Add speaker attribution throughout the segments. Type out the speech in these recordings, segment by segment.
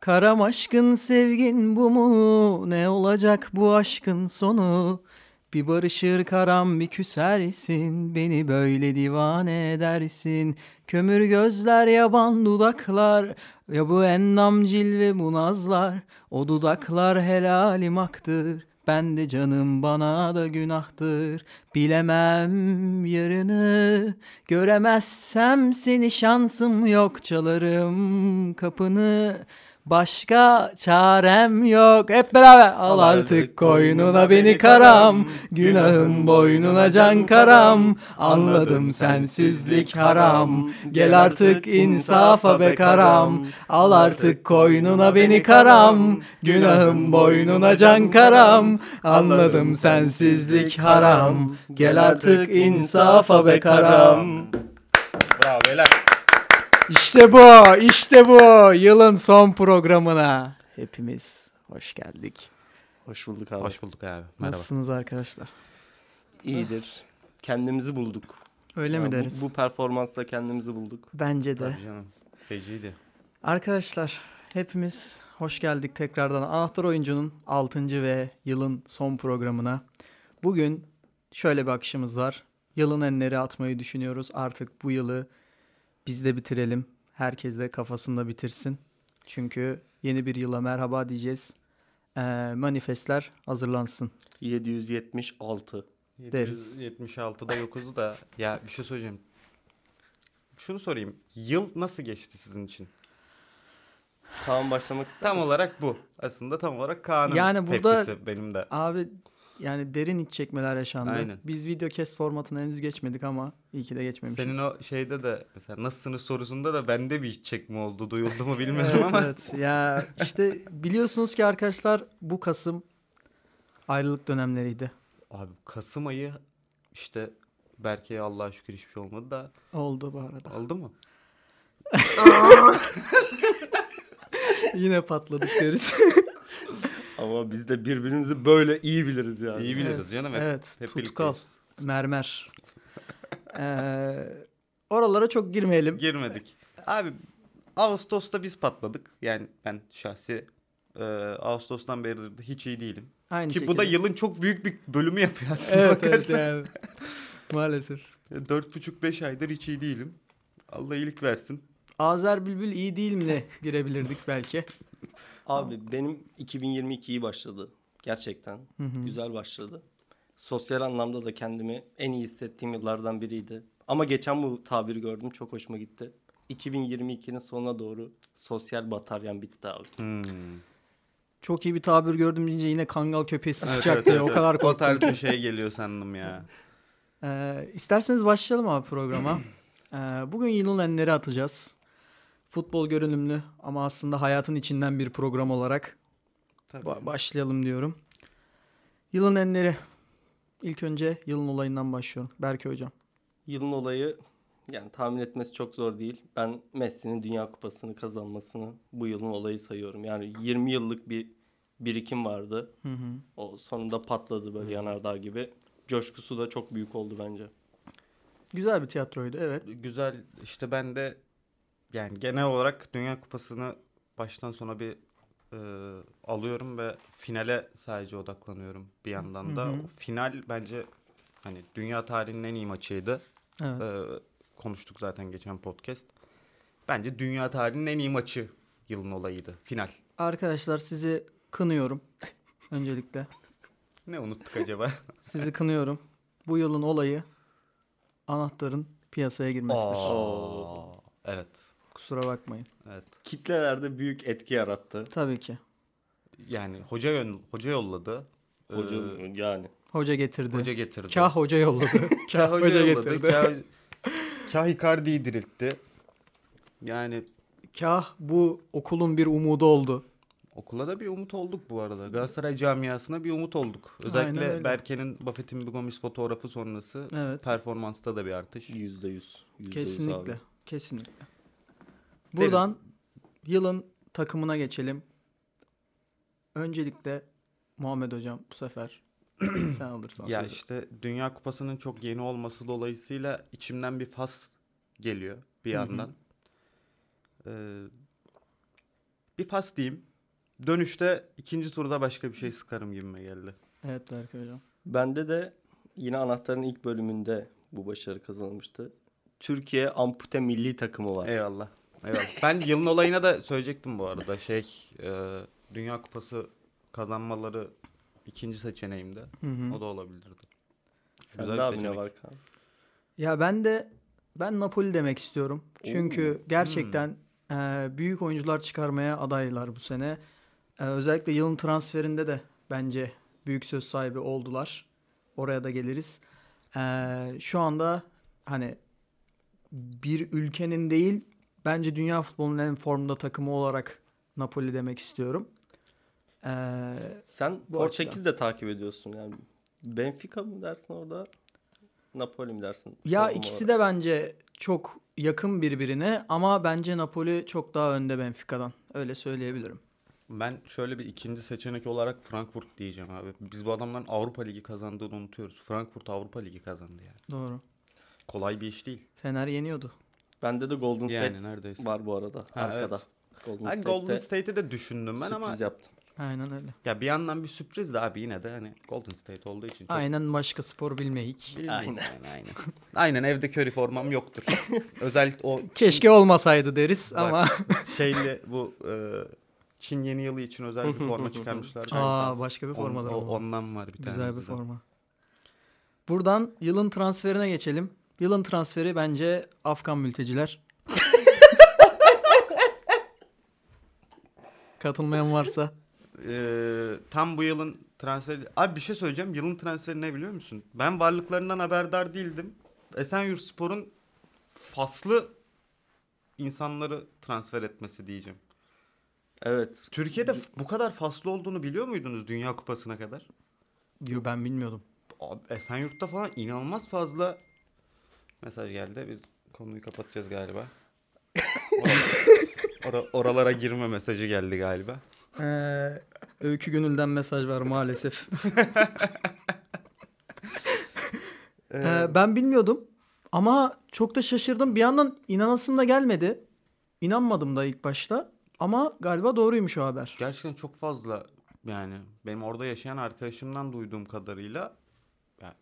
Speaker 1: Karam aşkın sevgin bu mu? Ne olacak bu aşkın sonu? Bir barışır karam bir küsersin Beni böyle divane edersin Kömür gözler yaban dudaklar Ya bu ennam cilve bu nazlar O dudaklar helalim aktır Ben de canım bana da günahtır Bilemem yarını Göremezsem seni şansım yok Çalarım kapını Başka çarem yok. Hep beraber al artık koynuna beni karam. Günahım boynuna can karam. Anladım sensizlik haram. Gel artık insafa be karam. Al artık koynuna beni karam. Günahım boynuna can karam. Anladım sensizlik haram. Gel artık insafa be karam.
Speaker 2: Bravo beyler.
Speaker 1: İşte bu, işte bu. Yılın son programına hepimiz hoş geldik.
Speaker 2: Hoş bulduk abi.
Speaker 3: Hoş bulduk abi. Merhaba.
Speaker 1: Nasılsınız arkadaşlar?
Speaker 2: İyidir. Kendimizi bulduk.
Speaker 1: Öyle
Speaker 2: Ya
Speaker 1: mi
Speaker 2: bu-
Speaker 1: deriz?
Speaker 2: Bu, performansla kendimizi bulduk.
Speaker 1: Bence de.
Speaker 3: Tabii canım. Feciydi.
Speaker 1: Arkadaşlar hepimiz hoş geldik tekrardan Anahtar Oyuncu'nun 6. ve yılın son programına. Bugün şöyle bir akışımız var. Yılın enleri atmayı düşünüyoruz. Artık bu yılı biz de bitirelim. Herkes de kafasında bitirsin. Çünkü yeni bir yıla merhaba diyeceğiz. Ee, manifestler hazırlansın.
Speaker 2: 776.
Speaker 1: Deriz.
Speaker 3: 76'da 9'u da ya bir şey söyleyeceğim. Şunu sorayım. Yıl nasıl geçti sizin için?
Speaker 2: Tamam başlamak ister
Speaker 3: Tam
Speaker 2: misin?
Speaker 3: olarak bu. Aslında tam olarak Kaan'ın
Speaker 1: Yani burada-
Speaker 3: tepkisi benim de.
Speaker 1: Abi yani derin iç çekmeler yaşandı.
Speaker 3: Aynen.
Speaker 1: Biz video kes formatına henüz geçmedik ama iyi ki de geçmemişiz.
Speaker 3: Senin o şeyde de mesela nasılsınız sorusunda da bende bir iç çekme oldu. Duyuldu mu bilmiyorum ama.
Speaker 1: Evet ya işte biliyorsunuz ki arkadaşlar bu Kasım ayrılık dönemleriydi.
Speaker 3: Abi Kasım ayı işte Berke'ye Allah'a şükür hiçbir şey olmadı da
Speaker 1: Oldu bu arada.
Speaker 3: oldu mu?
Speaker 1: Yine patladık deriz.
Speaker 2: Ama biz de birbirimizi böyle iyi biliriz yani.
Speaker 3: İyi biliriz canım. Hep,
Speaker 1: evet,
Speaker 3: hep
Speaker 1: tutkal.
Speaker 3: birlikteyiz.
Speaker 1: Mermer. Ee, oralara çok girmeyelim.
Speaker 3: Girmedik. Abi Ağustos'ta biz patladık. Yani ben şahsi e, Ağustos'tan beri de hiç iyi değilim.
Speaker 1: Aynı
Speaker 3: Ki bu da
Speaker 1: şekilde.
Speaker 3: yılın çok büyük bir bölümü yapıyor aslında
Speaker 1: Evet, evet
Speaker 3: bakarsan. E,
Speaker 1: yani. Maalesef.
Speaker 3: Dört buçuk beş aydır hiç iyi değilim. Allah iyilik versin.
Speaker 1: Azer Bülbül iyi değil mi ne girebilirdik belki.
Speaker 2: Abi benim 2022 iyi başladı. Gerçekten. Güzel başladı. Sosyal anlamda da kendimi en iyi hissettiğim yıllardan biriydi. Ama geçen bu tabiri gördüm. Çok hoşuma gitti. 2022'nin sonuna doğru sosyal bataryam bitti abi.
Speaker 1: Çok iyi bir tabir gördüm deyince yine kangal köpeği sıkacak diye o kadar
Speaker 3: O
Speaker 1: korktum.
Speaker 3: tarz bir şey geliyor sandım ya.
Speaker 1: Ee, isterseniz başlayalım abi programa. Ee, bugün yılın enleri atacağız. Futbol görünümlü ama aslında hayatın içinden bir program olarak
Speaker 3: Tabii.
Speaker 1: ba- başlayalım diyorum. Yılın enleri. İlk önce yılın olayından başlıyorum. Berke hocam.
Speaker 2: Yılın olayı yani tahmin etmesi çok zor değil. Ben Messi'nin Dünya Kupası'nı kazanmasını bu yılın olayı sayıyorum. Yani 20 yıllık bir birikim vardı. O sonunda patladı böyle yanardağ gibi. Coşkusu da çok büyük oldu bence.
Speaker 1: Güzel bir tiyatroydu evet.
Speaker 3: Güzel işte ben de yani genel olarak Dünya Kupası'nı baştan sona bir e, alıyorum ve finale sadece odaklanıyorum bir yandan da. O final bence hani dünya tarihinin en iyi maçıydı.
Speaker 1: Evet.
Speaker 3: E, konuştuk zaten geçen podcast. Bence dünya tarihinin en iyi maçı yılın olayıydı. Final.
Speaker 1: Arkadaşlar sizi kınıyorum. Öncelikle
Speaker 3: Ne unuttuk acaba?
Speaker 1: sizi kınıyorum. Bu yılın olayı anahtarın piyasaya girmesidir.
Speaker 3: Aa, evet.
Speaker 1: Kusura bakmayın.
Speaker 3: Evet.
Speaker 2: Kitlelerde büyük etki yarattı.
Speaker 1: Tabii ki.
Speaker 3: Yani hoca yön, hoca yolladı. E,
Speaker 2: Hoca yani.
Speaker 1: Hoca getirdi.
Speaker 3: hoca getirdi.
Speaker 1: Kah hoca yolladı.
Speaker 3: Kah hoca,
Speaker 1: Hoca
Speaker 3: yolladı.
Speaker 1: getirdi.
Speaker 3: Kah, Kah Icardi'yi diriltti. Yani
Speaker 1: Kah bu okulun bir umudu oldu.
Speaker 3: okula da bir umut olduk bu arada. Galatasaray camiasına bir umut olduk.
Speaker 1: Aynen öyle.
Speaker 3: Özellikle Berke'nin Buffett'in bir Gomis fotoğrafı sonrası
Speaker 1: Evet.
Speaker 3: performansta da bir artış.
Speaker 2: Yüzde yüz. Yüzde yüz
Speaker 1: Kesinlikle.
Speaker 2: abi.
Speaker 1: Kesinlikle. Buradan yılın takımına geçelim. Öncelikle Muhammed Hocam bu sefer sen alırsan.
Speaker 3: Ya
Speaker 1: sözü.
Speaker 3: işte Dünya Kupası'nın çok yeni olması dolayısıyla içimden bir fas geliyor bir
Speaker 1: Hı hı.
Speaker 3: yandan. Ee, bir pas diyeyim. Dönüşte ikinci turda başka bir şey sıkarım gibime geldi.
Speaker 1: Evet Berkay hocam.
Speaker 2: Bende de yine anahtarın ilk bölümünde bu başarı kazanılmıştı. Türkiye ampute milli takımı var.
Speaker 3: Eyvallah. Eyvallah. Ben yılın olayına da söyleyecektim bu arada. Şey, e, Dünya Kupası kazanmaları ikinci seçeneğimde.
Speaker 1: Hı hı.
Speaker 3: O da olabilirdi.
Speaker 2: Sende
Speaker 3: güzel bir
Speaker 2: abi ne
Speaker 3: seçenek.
Speaker 2: var Kaan?
Speaker 1: Ya ben de ben Napoli demek istiyorum. Çünkü gerçekten e, büyük oyuncular çıkarmaya adaylar bu sene. E, özellikle yılın transferinde de bence büyük söz sahibi oldular. Oraya da geliriz. E, şu anda hani bir ülkenin değil bence dünya futbolunun en formda takımı olarak Napoli demek istiyorum. E,
Speaker 2: Sen
Speaker 1: Bu
Speaker 2: Portekiz de takip ediyorsun yani. Benfica mı dersin orada? Napoli mi dersin?
Speaker 1: ya ikisi de bence çok yakın birbirine ama bence Napoli çok daha önde Benfica'dan. Öyle söyleyebilirim.
Speaker 3: Ben şöyle bir ikinci seçenek olarak Frankfurt diyeceğim abi. Biz bu adamların Avrupa Ligi kazandığını unutuyoruz. Frankfurt Avrupa Ligi kazandı yani.
Speaker 1: Doğru.
Speaker 3: Kolay bir iş değil.
Speaker 1: Fener yeniyordu.
Speaker 2: Bende de Golden
Speaker 3: Yani
Speaker 2: State
Speaker 3: neredeyse.
Speaker 2: var bu arada
Speaker 3: Ha,
Speaker 2: arkada. Golden
Speaker 3: Ben
Speaker 2: State'te
Speaker 3: Golden State'i de düşündüm ben
Speaker 2: sürpriz
Speaker 3: ama
Speaker 2: yaptım.
Speaker 1: Aynen öyle.
Speaker 3: ya bir yandan bir sürpriz de abi yine de hani Golden State olduğu için çok
Speaker 1: Aynen başka spor bilmeyik.
Speaker 3: bilmiyoruz yani, aynen. aynen evde köri formam yoktur. Özellikle o
Speaker 1: Keşke olmasaydı deriz ama.
Speaker 3: şeyle bu e, Çin yeni yılı için özel bir forma çıkarmışlar.
Speaker 1: Aa başka bir
Speaker 3: On-
Speaker 1: forma da
Speaker 3: o-
Speaker 1: var.
Speaker 3: Ondan var bir tane.
Speaker 1: Güzel bir
Speaker 3: bizde.
Speaker 1: forma. Buradan yılın transferine geçelim. Yılın transferi bence Afgan mülteciler. Katılmayan varsa.
Speaker 3: Ee, tam bu yılın transferi... Abi bir şey söyleyeceğim. Yılın transferi ne biliyor musun? Ben varlıklarından haberdar değildim. Esenyurtspor'un faslı insanları transfer etmesi diyeceğim.
Speaker 2: Evet.
Speaker 3: Türkiye'de bu kadar faslı olduğunu biliyor muydunuz Dünya Kupası'na kadar?
Speaker 1: Diyor ben bilmiyordum.
Speaker 3: Abi Esenyurt'ta falan inanılmaz fazla mesaj geldi. Biz konuyu kapatacağız galiba. Ora- oralara girme mesajı geldi galiba.
Speaker 1: Ee, Öykü Gönül'den mesaj var maalesef. Ee, ben bilmiyordum ama çok da şaşırdım. Bir yandan inanasım da gelmedi. İnanmadım da ilk başta ama galiba doğruymuş o haber.
Speaker 3: Gerçekten çok fazla yani benim orada yaşayan arkadaşımdan duyduğum kadarıyla ya,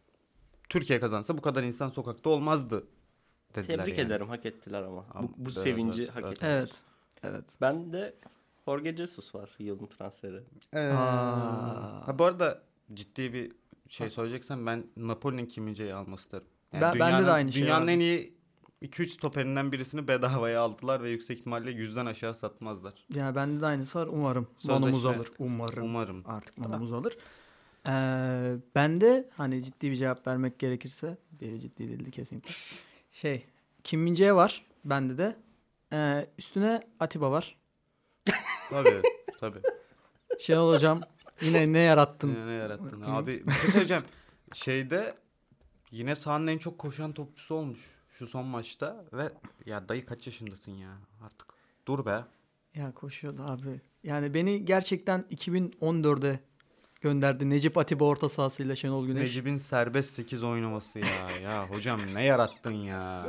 Speaker 3: Türkiye kazansa bu kadar insan sokakta olmazdı dediler.
Speaker 2: Tebrik
Speaker 3: yani.
Speaker 2: ederim hak ettiler ama.
Speaker 3: Ama-
Speaker 2: Bu, bu
Speaker 3: evet,
Speaker 2: sevinci
Speaker 3: evet,
Speaker 2: hak
Speaker 3: evet.
Speaker 2: ettiler.
Speaker 1: Evet. Evet.
Speaker 2: Bende Jorge Jesus var yılın transferi.
Speaker 3: Ee,
Speaker 1: Aa.
Speaker 3: ha, bu arada ciddi bir şey söyleyeceksen ben Napoli'nin Kimmich'i alması isterim.
Speaker 1: Ben- bende de
Speaker 3: dünyanın-
Speaker 1: aynı şey
Speaker 3: Dünyanın
Speaker 1: abi.
Speaker 3: en iyi 2-3 stoperinden birisini bedavaya aldılar ve yüksek ihtimalle yüzden aşağı satmazlar.
Speaker 1: Yani bende de aynısı var. Umarım.
Speaker 3: Sözleşme.
Speaker 1: Manumuz alır. Umarım.
Speaker 3: Umarım.
Speaker 1: Artık manumuz alır. Ee, ben de hani ciddi bir cevap vermek gerekirse biri ciddi değildi kesinlikle. Şey Kim Min-jae var bende de. Ee, üstüne Atiba var.
Speaker 3: Tabii tabii.
Speaker 1: Şey olacağım. Yine ne yarattın?
Speaker 3: Yine ne yarattın? Abi bir şey söyleyeceğim. Şeyde yine sahanın en çok koşan topçusu olmuş şu son maçta ve ya dayı kaç yaşındasın ya artık. Dur be.
Speaker 1: Ya koşuyordu abi. Yani beni gerçekten 2014'e gönderdi. Necip Atiba orta sahasıyla Şenol Güneş.
Speaker 3: Necip'in serbest 8 oynaması ya. Ya hocam ne yarattın ya.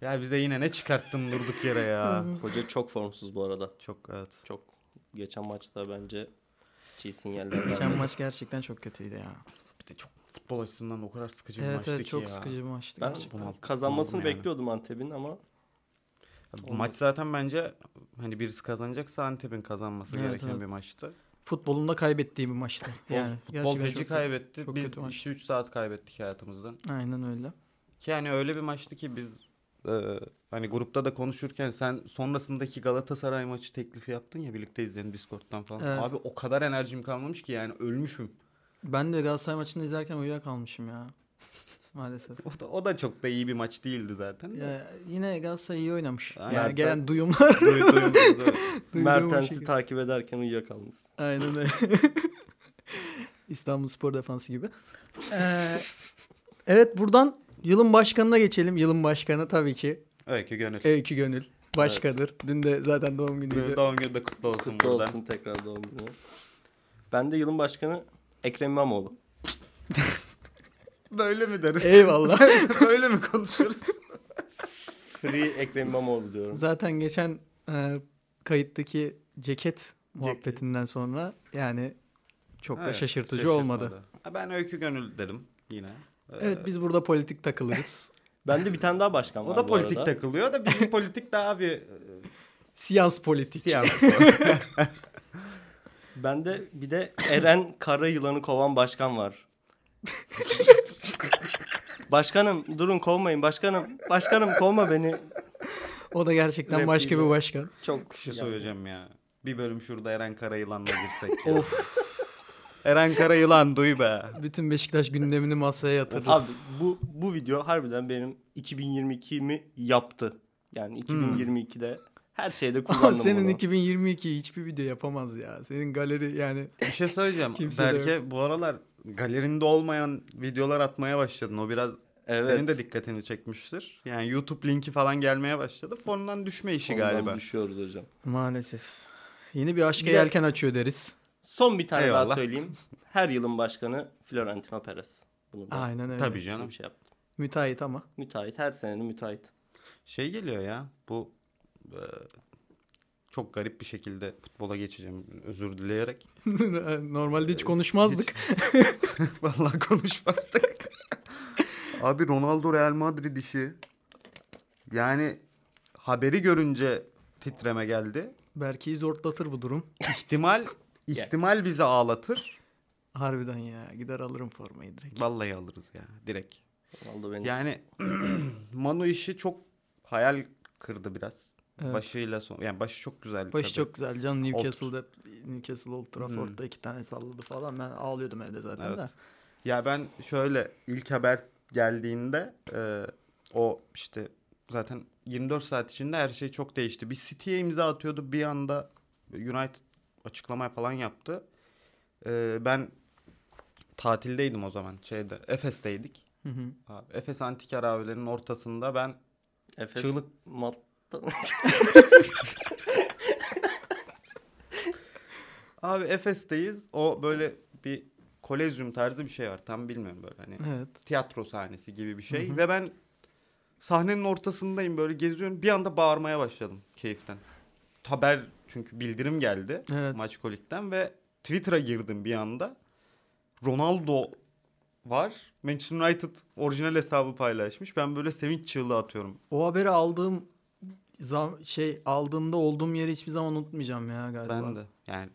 Speaker 3: Ya bize yine ne çıkarttın durduk yere ya.
Speaker 2: Hoca çok formsuz bu arada.
Speaker 3: Çok evet.
Speaker 2: Çok geçen maçta bence hiç iyi sinyaller vermedi.
Speaker 1: Geçen maç gerçekten çok kötüydü ya.
Speaker 3: Bir de çok futbol açısından o kadar sıkıcı bir
Speaker 1: Evet
Speaker 3: maçtı
Speaker 1: evet
Speaker 3: ki
Speaker 1: çok
Speaker 3: ya.
Speaker 1: sıkıcı bir maçtı.
Speaker 2: Ben
Speaker 1: gerçekten.
Speaker 3: Bunalttı,
Speaker 2: kazanmasını
Speaker 3: bunaldım yani.
Speaker 2: bekliyordum Antep'in ama
Speaker 3: Bu Maç zaten bence hani birisi kazanacaksa Antep'in kazanması
Speaker 1: Evet,
Speaker 3: gereken
Speaker 1: evet.
Speaker 3: bir maçtı.
Speaker 1: Futbolunda kaybettiğim bir maçtı. Yani
Speaker 3: Yani futbol
Speaker 1: gerçekten
Speaker 3: feci
Speaker 1: çok-
Speaker 3: kaybetti.
Speaker 1: çok
Speaker 3: Biz
Speaker 1: kötü maçtı.
Speaker 3: 2-3 saat kaybettik hayatımızdan.
Speaker 1: Aynen öyle.
Speaker 3: Ki yani öyle bir maçtı ki biz e, hani grupta da konuşurken sen sonrasındaki Galatasaray maçı teklifi yaptın ya birlikte izleyelim Discord'dan falan.
Speaker 1: Evet.
Speaker 3: Abi o kadar enerjim kalmamış ki yani ölmüşüm.
Speaker 1: Ben de Galatasaray maçını izlerken uyuyakalmışım ya. Maalesef.
Speaker 3: O da, o da çok da iyi bir maç değildi zaten. de.
Speaker 1: Ya, yine Galatasaray iyi oynamış.
Speaker 3: Aynen.
Speaker 1: Yani gelen duyumlar.
Speaker 3: Duy- duyumuz öyle.
Speaker 1: duyduğum o
Speaker 2: Mertens'i
Speaker 1: şekilde.
Speaker 2: takip ederken uyuyakalmış.
Speaker 1: Aynen öyle. İstanbul Spor Defansı gibi. Ee, evet buradan yılın başkanına geçelim. Yılın başkanı tabii ki
Speaker 3: Öykü Gönül.
Speaker 1: Öykü Gönül. Başkadır. Dün de zaten doğum günüydü.
Speaker 3: Doğum günü de kutlu olsun
Speaker 2: Kutlu
Speaker 3: burada.
Speaker 2: olsun tekrar doğum günü. Ben de yılın başkanı Ekrem İmamoğlu.
Speaker 3: Böyle mi deriz?
Speaker 1: Eyvallah.
Speaker 3: Böyle mi konuşuruz?
Speaker 2: Free Ekrem İmamoğlu diyorum.
Speaker 1: zaten geçen e, kayıttaki ceket muhabbetinden sonra yani çok da
Speaker 3: Evet,
Speaker 1: şaşırtıcı
Speaker 3: şaşırtmadı.
Speaker 1: olmadı.
Speaker 3: Ha, Ben öykü gönül derim yine. Ee,
Speaker 1: Evet biz burada politik takılırız.
Speaker 2: Bende bir tane daha başkan var
Speaker 3: o da
Speaker 2: bu
Speaker 3: politik
Speaker 2: arada.
Speaker 3: takılıyor da bizim politik daha bir e,
Speaker 1: Siyans politik.
Speaker 3: siyans.
Speaker 2: Bende bir de Eren Kara Yılanı kovan başkan var. başkanım durun kovmayın başkanım. Başkanım kovma beni.
Speaker 1: O da gerçekten başka bir
Speaker 2: Repliği.
Speaker 1: başkan.
Speaker 2: Çok
Speaker 3: Bir şey
Speaker 2: yani.
Speaker 3: söyleyeceğim ya. Bir bölüm şurada Eren Karayılan'la girsek. of. Eren Karayılan duy be.
Speaker 1: Bütün Beşiktaş gündemini masaya yatırırız.
Speaker 2: Abi bu bu video harbiden benim 2022'mi yaptı.
Speaker 3: Hmm.
Speaker 2: Yani 2022'de her şeyde
Speaker 1: Ama
Speaker 2: kullandım
Speaker 1: senin
Speaker 2: bunu.
Speaker 1: 2022 hiçbir video yapamaz ya. Senin galeri yani
Speaker 3: Bir şey söyleyeceğim.
Speaker 1: Kimse de
Speaker 3: Berke bu aralar galerinde olmayan videolar atmaya başladın. O biraz
Speaker 2: Evet.
Speaker 3: senin de dikkatini çekmiştir. Yani YouTube linki falan gelmaya başladı. Fondan düşme işi
Speaker 2: Ondan
Speaker 3: galiba.
Speaker 2: düşüyoruz hocam.
Speaker 1: maalesef. Yeni bir aşka
Speaker 2: Bir de-
Speaker 1: yelken açıyor deriz.
Speaker 2: Son bir tane daha
Speaker 3: Eyvallah.
Speaker 2: söyleyeyim. Her yılın başkanı Florentino Perez. Bunu da
Speaker 1: Aynen öyle.
Speaker 3: Tabii
Speaker 2: şöyle
Speaker 3: canım.
Speaker 2: bir şey yaptı.
Speaker 1: Müteahhit ama.
Speaker 2: Müteahhit her senenin müteahhit.
Speaker 3: Şey geliyor ya bu e, çok garip bir şekilde futbola geçeceğim özür dileyerek.
Speaker 1: Normalde hiç konuşmazdık.
Speaker 3: Vallahi konuşmazdık. Abi Ronaldo Real Madrid işi. Yani haberi görünce titreme geldi.
Speaker 1: Berke'yi zortlatır bu durum.
Speaker 3: İhtimal ihtimal bizi ağlatır.
Speaker 1: Harbiden ya gider alırım formayı direkt.
Speaker 3: Vallahi alırız ya direkt.
Speaker 2: Ronaldo beni.
Speaker 3: Yani Manu işi çok hayal kırdı biraz.
Speaker 1: Evet.
Speaker 3: Başıyla son yani başı çok güzeldi
Speaker 1: Başı
Speaker 3: tabii. Hmm.
Speaker 1: çok güzel. Can Newcastle'da Newcastle Old Trafford'da iki tane salladı falan. Ben ağlıyordum evde zaten
Speaker 3: Evet.
Speaker 1: de.
Speaker 3: Ya ben şöyle ilk haber geldiğinde e, o işte zaten 24 saat içinde her şey çok değişti. Bir City'ye imza atıyordu bir anda United açıklama falan yaptı. E, ben tatildeydim o zaman şeyde Efes'teydik.
Speaker 1: Hı hı.
Speaker 3: Abi, Efes Antik Harabelerinin ortasında ben
Speaker 2: Efes
Speaker 3: Çığlık.
Speaker 2: Malta.
Speaker 3: Abi Efes'teyiz. O böyle bir kolezyum tarzı bir şey var. Tam bilmiyorum böyle hani
Speaker 1: Evet.
Speaker 3: tiyatro sahnesi gibi bir şey. Ve ben sahnenin ortasındayım böyle geziyorum. Bir anda bağırmaya başladım keyiften. Haber çünkü bildirim geldi.
Speaker 1: Evet.
Speaker 3: Maç kolikten ve Twitter'a girdim bir anda. Ronaldo var. Manchester United orijinal hesabı paylaşmış. Ben böyle sevinç çığlığı atıyorum.
Speaker 1: O haberi aldığım zam- şey aldığımda olduğum yeri hiçbir zaman unutmayacağım ya galiba.
Speaker 3: Ben de yani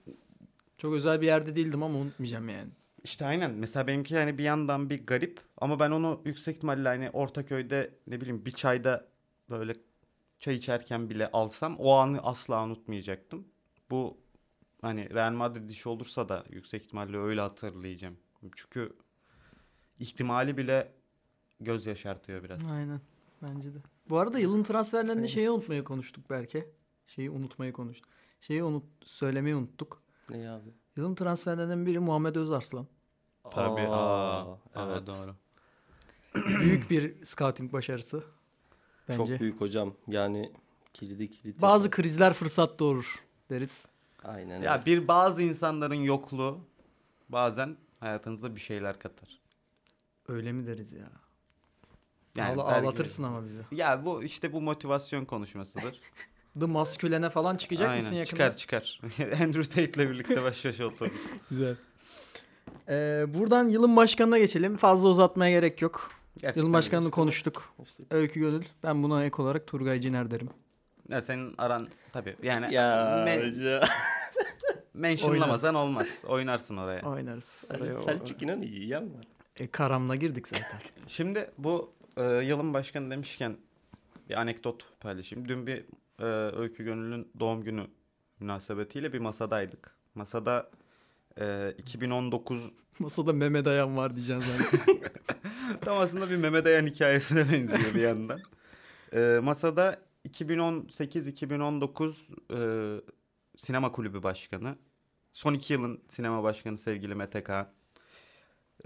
Speaker 1: Çok özel bir yerde değildim ama unutmayacağım yani.
Speaker 3: İşte aynen. Mesela benimki yani bir yandan bir garip ama ben onu yüksek ihtimalle hani Ortaköy'de ne bileyim bir çayda böyle çay içerken bile alsam o anı asla unutmayacaktım. Bu hani Real Madrid işi olursa da yüksek ihtimalle öyle hatırlayacağım. Çünkü ihtimali bile göz yaşartıyor biraz.
Speaker 1: Aynen. Bence de. Bu arada yılın transferlerinde şeyi unutmayı konuştuk belki. Şeyi unutmayı konuştuk. Şeyi unut söylemeyi unuttuk.
Speaker 2: ne abi?
Speaker 1: Yılın transferlerinden biri Muhammed Özarslan.
Speaker 3: Tabii. Aa,
Speaker 2: Aa,
Speaker 3: aa,
Speaker 2: evet.
Speaker 3: doğru.
Speaker 1: Büyük bir scouting başarısı bence.
Speaker 2: Çok büyük hocam. Yani kilidi kilit.
Speaker 1: Bazı
Speaker 2: yapar.
Speaker 1: krizler fırsat doğurur deriz.
Speaker 2: Aynen.
Speaker 3: Ya bir bazı insanların yokluğu bazen hayatınıza bir şeyler katar.
Speaker 1: Öyle mi deriz ya? Ağla-
Speaker 3: belki-
Speaker 1: ağlatırsın ama bizi.
Speaker 3: Ya bu işte bu motivasyon konuşmasıdır.
Speaker 1: The Maskülen'e falan çıkacak
Speaker 3: Aynen.
Speaker 1: mısın yakında?
Speaker 3: Çıkar çıkar. Andrew Tate'le birlikte baş başa otururuz.
Speaker 1: Güzel. Ee, buradan yılın başkanına geçelim. Fazla uzatmaya gerek yok.
Speaker 3: Gerçekten
Speaker 1: yılın başkanını
Speaker 3: öyle.
Speaker 1: konuştuk.
Speaker 2: İşte-
Speaker 1: Öykü Gönül. Ben buna ek olarak Turgay Ciner derim.
Speaker 3: Ya senin aran tabii. Yani
Speaker 2: Ya
Speaker 3: men-
Speaker 2: hoca.
Speaker 3: mentionlamasan olmaz. Oynarsın oraya.
Speaker 1: Oynarız. Araya o-
Speaker 2: Selçuk İnan iyi ya mı?
Speaker 1: E, karamla girdik zaten.
Speaker 3: Şimdi bu e, yılın başkanı demişken bir anekdot paylaşayım. Dün bir e, Öykü Gönül'ün doğum günü münasebetiyle bir masadaydık. Masada e, 2019
Speaker 1: Masada meme dayan var diyeceksin zaten.
Speaker 3: Tam aslında bir Mehmet Ayan hikayesine benziyor bir yandan. Ee, masada 2018-2019 e, sinema kulübü başkanı, son iki yılın sinema başkanı sevgili Mete Kağan, e,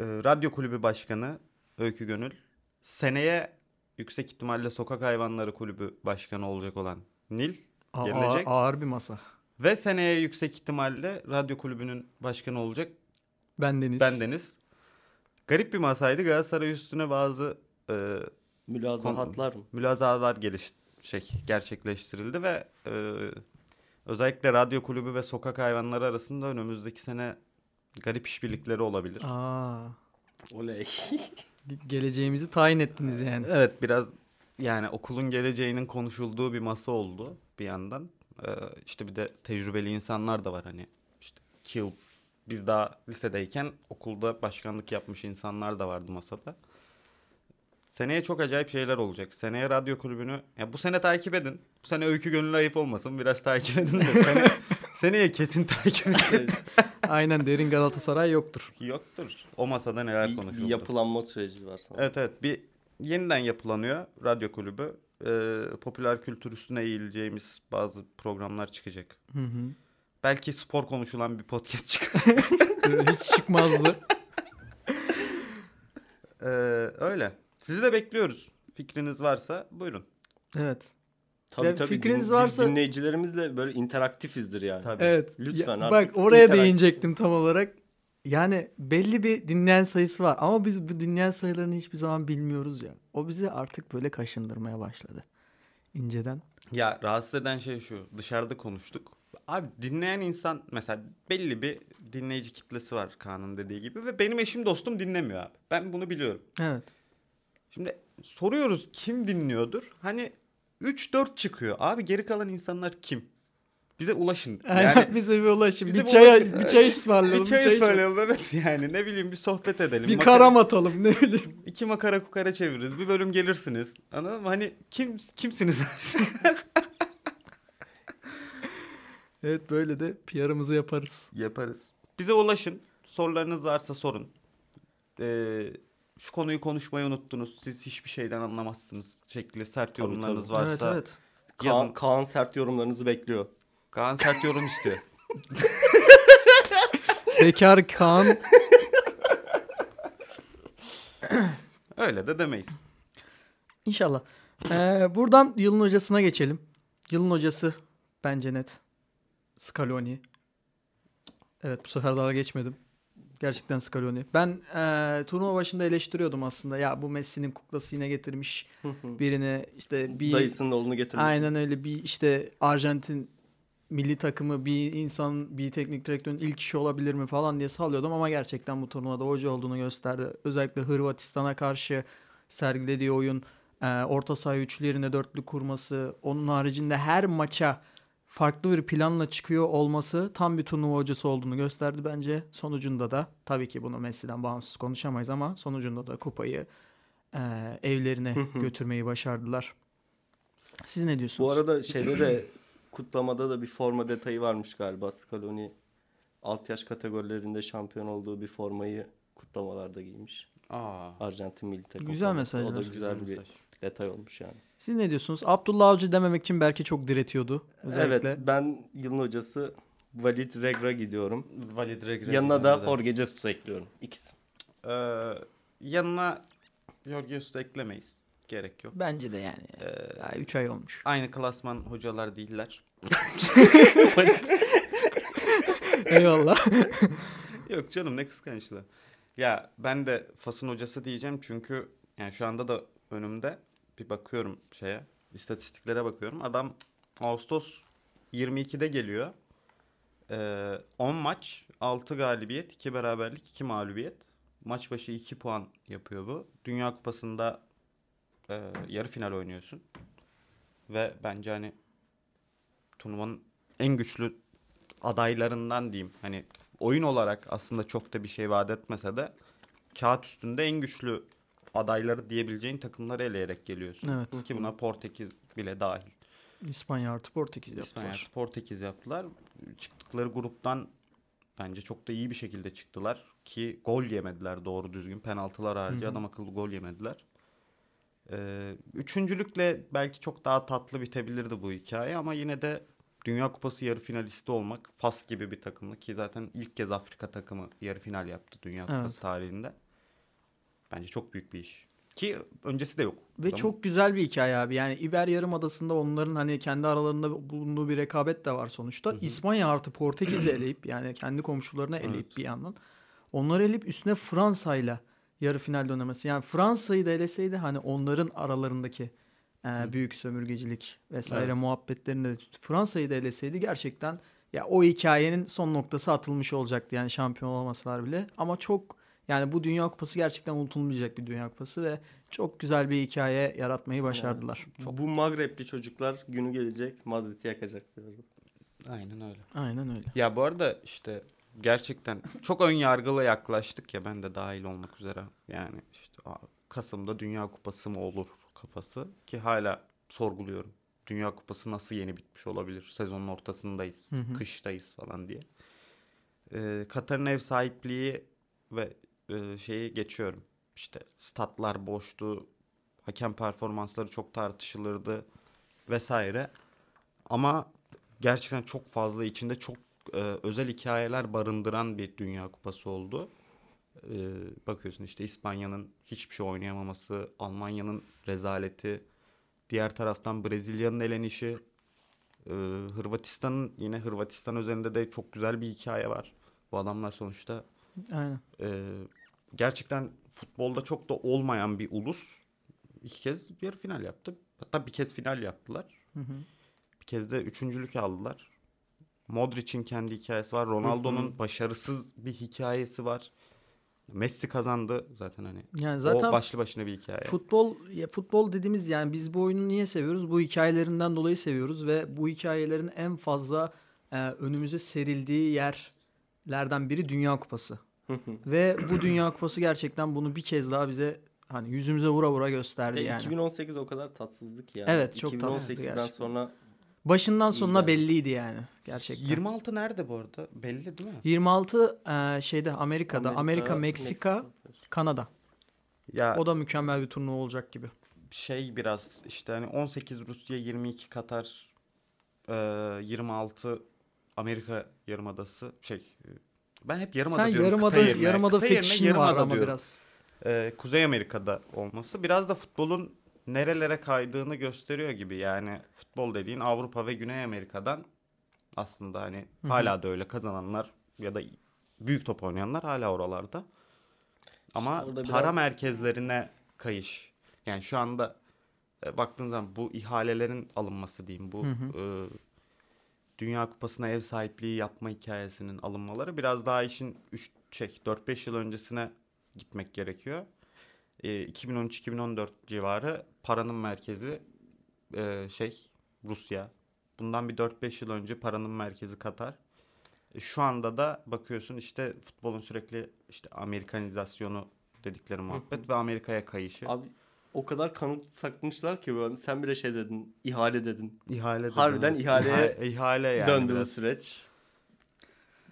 Speaker 3: radyo kulübü başkanı Öykü Gönül, seneye yüksek ihtimalle sokak hayvanları kulübü başkanı olacak olan Nil
Speaker 1: A- ağır,
Speaker 3: Gerilecek.
Speaker 1: ağır bir masa.
Speaker 3: ve seneye yüksek ihtimalle radyo kulübünün başkanı olacak
Speaker 1: Bendeniz.
Speaker 3: ben Deniz. Garip bir masaydı. Galatasaray üstüne bazı e,
Speaker 2: Mülazahatlar mı?
Speaker 3: mülazalar geliş şey gerçekleştirildi ve e, Özellikle radyo kulübü ve sokak hayvanları arasında önümüzdeki sene garip işbirlikleri olabilir.
Speaker 1: Aa,
Speaker 2: Oley.
Speaker 1: ge- geleceğimizi tayin ettiniz yani.
Speaker 3: Evet biraz yani okulun geleceğinin konuşulduğu bir masa oldu bir yandan. Ee, işte bir de tecrübeli insanlar da var hani işte iki yıl biz daha lisedeyken okulda başkanlık yapmış insanlar da vardı masada. Seneye çok acayip şeyler olacak. Seneye radyo kulübünü ya bu sene takip edin. Bu sene öykü gönüllü ayıp olmasın biraz takip edin de sene, seneye kesin takip edin.
Speaker 1: Aynen derin Galatasaray yoktur.
Speaker 3: Yoktur. O masada neler
Speaker 2: bir, bir
Speaker 3: konuşuldu.
Speaker 2: yapılanma süreci var sanırım.
Speaker 3: Evet evet bir yeniden yapılanıyor radyo kulübü. Ee, popüler kültür üstüne eğileceğimiz bazı programlar çıkacak.
Speaker 1: Hı hı.
Speaker 3: Belki spor konuşulan bir podcast çıkar.
Speaker 1: Hiç çıkmazdı.
Speaker 3: Ee, öyle. Sizi de bekliyoruz. Fikriniz varsa buyurun.
Speaker 1: Evet.
Speaker 2: Tabii
Speaker 1: Ya
Speaker 2: tabii.
Speaker 1: fikriniz
Speaker 2: Biz
Speaker 1: varsa-
Speaker 2: dinleyicilerimizle böyle interaktifizdir yani.
Speaker 3: Tabii.
Speaker 1: Evet.
Speaker 2: Lütfen
Speaker 1: Ya,
Speaker 2: artık
Speaker 1: Bak oraya
Speaker 2: interak-
Speaker 1: değinecektim tam olarak. Yani belli bir dinleyen sayısı var ama biz bu dinleyen sayılarını hiçbir zaman bilmiyoruz ya. O bizi artık böyle kaşındırmaya başladı. İnceden.
Speaker 3: Ya rahatsız eden şey şu. Dışarıda konuştuk. Abi dinleyen insan mesela belli bir dinleyici kitlesi var Kaan'ın dediği gibi ve benim eşim dostum dinlemiyor abi. Ben bunu biliyorum.
Speaker 1: Evet.
Speaker 3: Şimdi soruyoruz kim dinliyordur? Hani 3-4 çıkıyor. Abi geri kalan insanlar kim? Bize ulaşın. Yani
Speaker 1: Yani, bize bir ulaşın.
Speaker 3: bize
Speaker 1: Bir çay,
Speaker 3: ulaşın.
Speaker 1: bir çay ısmarlayalım.
Speaker 3: bir çay
Speaker 1: içelim.
Speaker 3: söyleyelim evet yani ne bileyim bir sohbet edelim.
Speaker 1: Bir
Speaker 3: Makara-
Speaker 1: karam atalım ne bileyim.
Speaker 3: iki makara kukara çeviririz. Bir bölüm gelirsiniz. Anladın mı? Hani kim kimsiniz abi?
Speaker 1: Evet böyle de PR'ımızı yaparız.
Speaker 3: Yaparız. Bize ulaşın. Sorularınız varsa sorun. Ee, şu konuyu konuşmayı unuttunuz. Siz hiçbir şeyden anlamazsınız. Şekli sert yorumlarınız
Speaker 2: tabii.
Speaker 3: varsa.
Speaker 1: Evet evet.
Speaker 2: Kaan,
Speaker 3: yazın.
Speaker 2: Kaan sert yorumlarınızı bekliyor.
Speaker 3: Kaan sert yorum istiyor.
Speaker 1: Bekar Kaan.
Speaker 3: Öyle de demeyiz.
Speaker 1: İnşallah. Ee, buradan yılın hocasına geçelim. Yılın hocası bence net. Scaloni. Evet bu sefer daha geçmedim. Gerçekten Scaloni. Ben eee turnuva başında eleştiriyordum aslında. Ya bu Messi'nin kuklası yine getirmiş birini işte bir
Speaker 2: Dayısının oğlunu getirmiş.
Speaker 1: Aynen öyle bir işte Arjantin milli takımı bir insan bir teknik direktörün ilk işi olabilir mi falan diye sallıyordum ama gerçekten bu turnuvada hoca olduğunu gösterdi. Özellikle Hırvatistan'a karşı sergilediği oyun, e, orta saha üçlü yerine dörtlü kurması, onun haricinde her maça farklı bir planla çıkıyor olması tam bir turnuva hocası olduğunu gösterdi bence. Sonucunda da tabii ki bunu Messi'den bağımsız konuşamayız ama sonucunda da kupayı e, evlerine götürmeyi başardılar. Siz ne diyorsunuz?
Speaker 2: Bu arada şeyde de kutlamada da bir forma detayı varmış galiba. Scaloni alt yaş kategorilerinde şampiyon olduğu bir formayı kutlamalarda giymiş.
Speaker 3: Aa.
Speaker 2: Arjantin milli takım.
Speaker 1: Güzel
Speaker 2: forması. O da
Speaker 1: mesajlar.
Speaker 2: güzel bir
Speaker 3: mesaj.
Speaker 2: detay olmuş yani.
Speaker 1: Siz ne diyorsunuz? Abdullah Avcı dememek için belki çok diretiyordu. Özellikle.
Speaker 2: Evet ben yılın hocası Valit Regra gidiyorum.
Speaker 3: Valid Regredi.
Speaker 2: Yanına da
Speaker 3: Hor-
Speaker 2: Jorge Jesus ekliyorum. İkisi.
Speaker 3: Ee, yanına Jorge Jesus'u eklemeyiz. Gerek yok.
Speaker 1: Bence de yani.
Speaker 2: Ee,
Speaker 1: Daha 3 ay olmuş.
Speaker 3: Aynı klasman hocalar değiller.
Speaker 1: Eyvallah.
Speaker 3: yok canım ne kıskançlığı. Ya ben de Fas'ın hocası diyeceğim çünkü yani şu anda da önümde bir bakıyorum şeye, istatistiklere bakıyorum. Adam Ağustos 22'de geliyor. Ee, 10 maç, 6 galibiyet, 2 beraberlik, 2 mağlubiyet. Maç başı 2 puan yapıyor bu. Dünya Kupası'nda e, yarı final oynuyorsun. Ve bence hani turnuvanın en güçlü adaylarından diyeyim. Hani oyun olarak aslında çok da bir şey vaat etmese de kağıt üstünde en güçlü adayları diyebileceğin takımları eleyerek geliyorsun.
Speaker 1: Evet.
Speaker 3: Ki buna Portekiz bile dahil.
Speaker 1: İspanya artı Portekiz
Speaker 3: İspanya,
Speaker 1: yaptılar.
Speaker 3: Portekiz yaptılar. Çıktıkları gruptan bence çok da iyi bir şekilde çıktılar ki gol yemediler doğru düzgün. Penaltılar harici adam akıllı gol yemediler. Ee, üçüncülükle belki çok daha tatlı bitebilirdi bu hikaye ama yine de Dünya Kupası yarı finalisti olmak Fas gibi bir takımlı ki zaten ilk kez Afrika takımı yarı final yaptı Dünya
Speaker 1: Evet.
Speaker 3: Kupası tarihinde. Bence çok büyük bir iş. Ki öncesi de yok.
Speaker 1: Ve
Speaker 3: Adamın-
Speaker 1: çok güzel bir hikaye abi. Yani İber Yarımadası'nda onların hani kendi aralarında bulunduğu bir rekabet de var sonuçta. İspanya artı Portekiz'i eleyip yani kendi komşularına eleyip bir yandan. Onları eleyip üstüne Fransa'yla yarı final dönemesi. Yani Fransa'yı da eleseydi hani onların aralarındaki Ee, büyük sömürgecilik vesaire muhabbetlerinde de tut- Fransa'yı da eleseydi gerçekten ya o hikayenin son noktası atılmış olacaktı yani şampiyon olamasalar bile. Ama çok yani bu Dünya Kupası gerçekten unutulmayacak bir Dünya Kupası ve çok güzel bir hikaye yaratmayı başardılar.
Speaker 2: Bu Magrepli çocuklar günü gelecek Madrid'i yakacak diyordu.
Speaker 3: Aynen öyle.
Speaker 1: Aynen öyle.
Speaker 3: Ya bu arada işte gerçekten çok ön yargılı yaklaştık ya ben de dahil olmak üzere. Yani işte "Aa, Kasım'da Dünya Kupası mı olur kafası ki hala sorguluyorum. Dünya Kupası nasıl yeni bitmiş olabilir? Sezonun ortasındayız,
Speaker 1: Hı hı.
Speaker 3: kıştayız falan diye. Ee, Katar'ın ev sahipliği ve e, şeyi geçiyorum. İşte statlar boştu, hakem performansları çok tartışılırdı vesaire. Ama gerçekten çok fazla içinde çok e, özel hikayeler barındıran bir Dünya Kupası oldu. E, bakıyorsun işte İspanya'nın hiçbir şey oynayamaması, Almanya'nın rezaleti, diğer taraftan Brezilya'nın elenişi, e, Hırvatistan'ın yine Hırvatistan üzerinde de çok güzel bir hikaye var. Bu adamlar sonuçta
Speaker 1: Aynen.
Speaker 3: e, gerçekten futbolda çok da olmayan bir ulus iki kez yarı final yaptı. Hatta bir kez final yaptılar.
Speaker 1: Hı hı.
Speaker 3: Bir kez de üçüncülük aldılar. Modric'in kendi hikayesi var. Ronaldo'nun başarısız bir hikayesi var. Messi kazandı zaten hani.
Speaker 1: Yani zaten
Speaker 3: o başlı başına bir hikaye.
Speaker 1: Futbol ya futbol dediğimiz yani biz bu oyunu niye seviyoruz? Bu hikayelerinden dolayı seviyoruz ve bu hikayelerin en fazla e, önümüze serildiği yerlerden biri Dünya Kupası. ve bu Dünya Kupası gerçekten bunu bir kez daha bize hani yüzümüze vura vura gösterdi
Speaker 2: Ve
Speaker 1: yani.
Speaker 2: 2018 o kadar tatsızdı ki yani.
Speaker 1: Evet, çok tatsızdı
Speaker 2: 2018'den
Speaker 1: gerçekten.
Speaker 2: sonra
Speaker 1: Başından sonuna
Speaker 2: yani.
Speaker 1: belliydi yani gerçekten.
Speaker 3: 26 nerede bu arada? Belli değil mi?
Speaker 1: 26 e, şeyde Amerika'da, Amerika, Meksika, Kanada.
Speaker 3: Ya
Speaker 1: O da mükemmel bir turnuva olacak gibi.
Speaker 3: şey biraz işte hani 18 Rusya, 22 Katar, eee, 26 Amerika yarımadası şey e, ben hep yarımada
Speaker 1: Sen
Speaker 3: diyorum.
Speaker 1: yarımada
Speaker 3: kıta yerine.
Speaker 1: yarımada
Speaker 3: Kıta yerine
Speaker 1: fetişin var
Speaker 3: yarımada
Speaker 1: ama
Speaker 3: diyorum.
Speaker 1: biraz.
Speaker 3: e, Kuzey Amerika'da olması biraz da futbolun nerelere kaydığını gösteriyor gibi. Yani futbol dediğin Avrupa ve Güney Amerika'dan aslında hani
Speaker 1: Hı hı.
Speaker 3: hala da öyle kazananlar ya da büyük top oynayanlar hala oralarda. Ama
Speaker 2: İşte orada
Speaker 3: para
Speaker 2: biraz-
Speaker 3: merkezlerine kayış. Yani şu anda e, baktığın zaman bu ihalelerin alınması diyeyim bu
Speaker 1: Hı
Speaker 3: e, Dünya Kupası'na ev sahipliği yapma hikayesinin alınmaları biraz daha işin 3 şey 4-5 yıl öncesine gitmek gerekiyor. E, 2013-2014 civarı paranın merkezi e, şey Rusya. Bundan bir 4-5 yıl önce paranın merkezi Katar. E, Şu anda da bakıyorsun işte futbolun sürekli işte Amerikanizasyonu dedikleri muhabbet ve Amerika'ya kayışı.
Speaker 2: Abi o kadar kanıt sakmışlar ki böyle. Sen bile şey dedin, ihale dedin.
Speaker 3: İhale dedin,
Speaker 2: Harbiden
Speaker 3: evet.
Speaker 2: ihaleye
Speaker 3: İha- ihale E yani.
Speaker 2: Döndü bu
Speaker 3: biraz.
Speaker 2: süreç.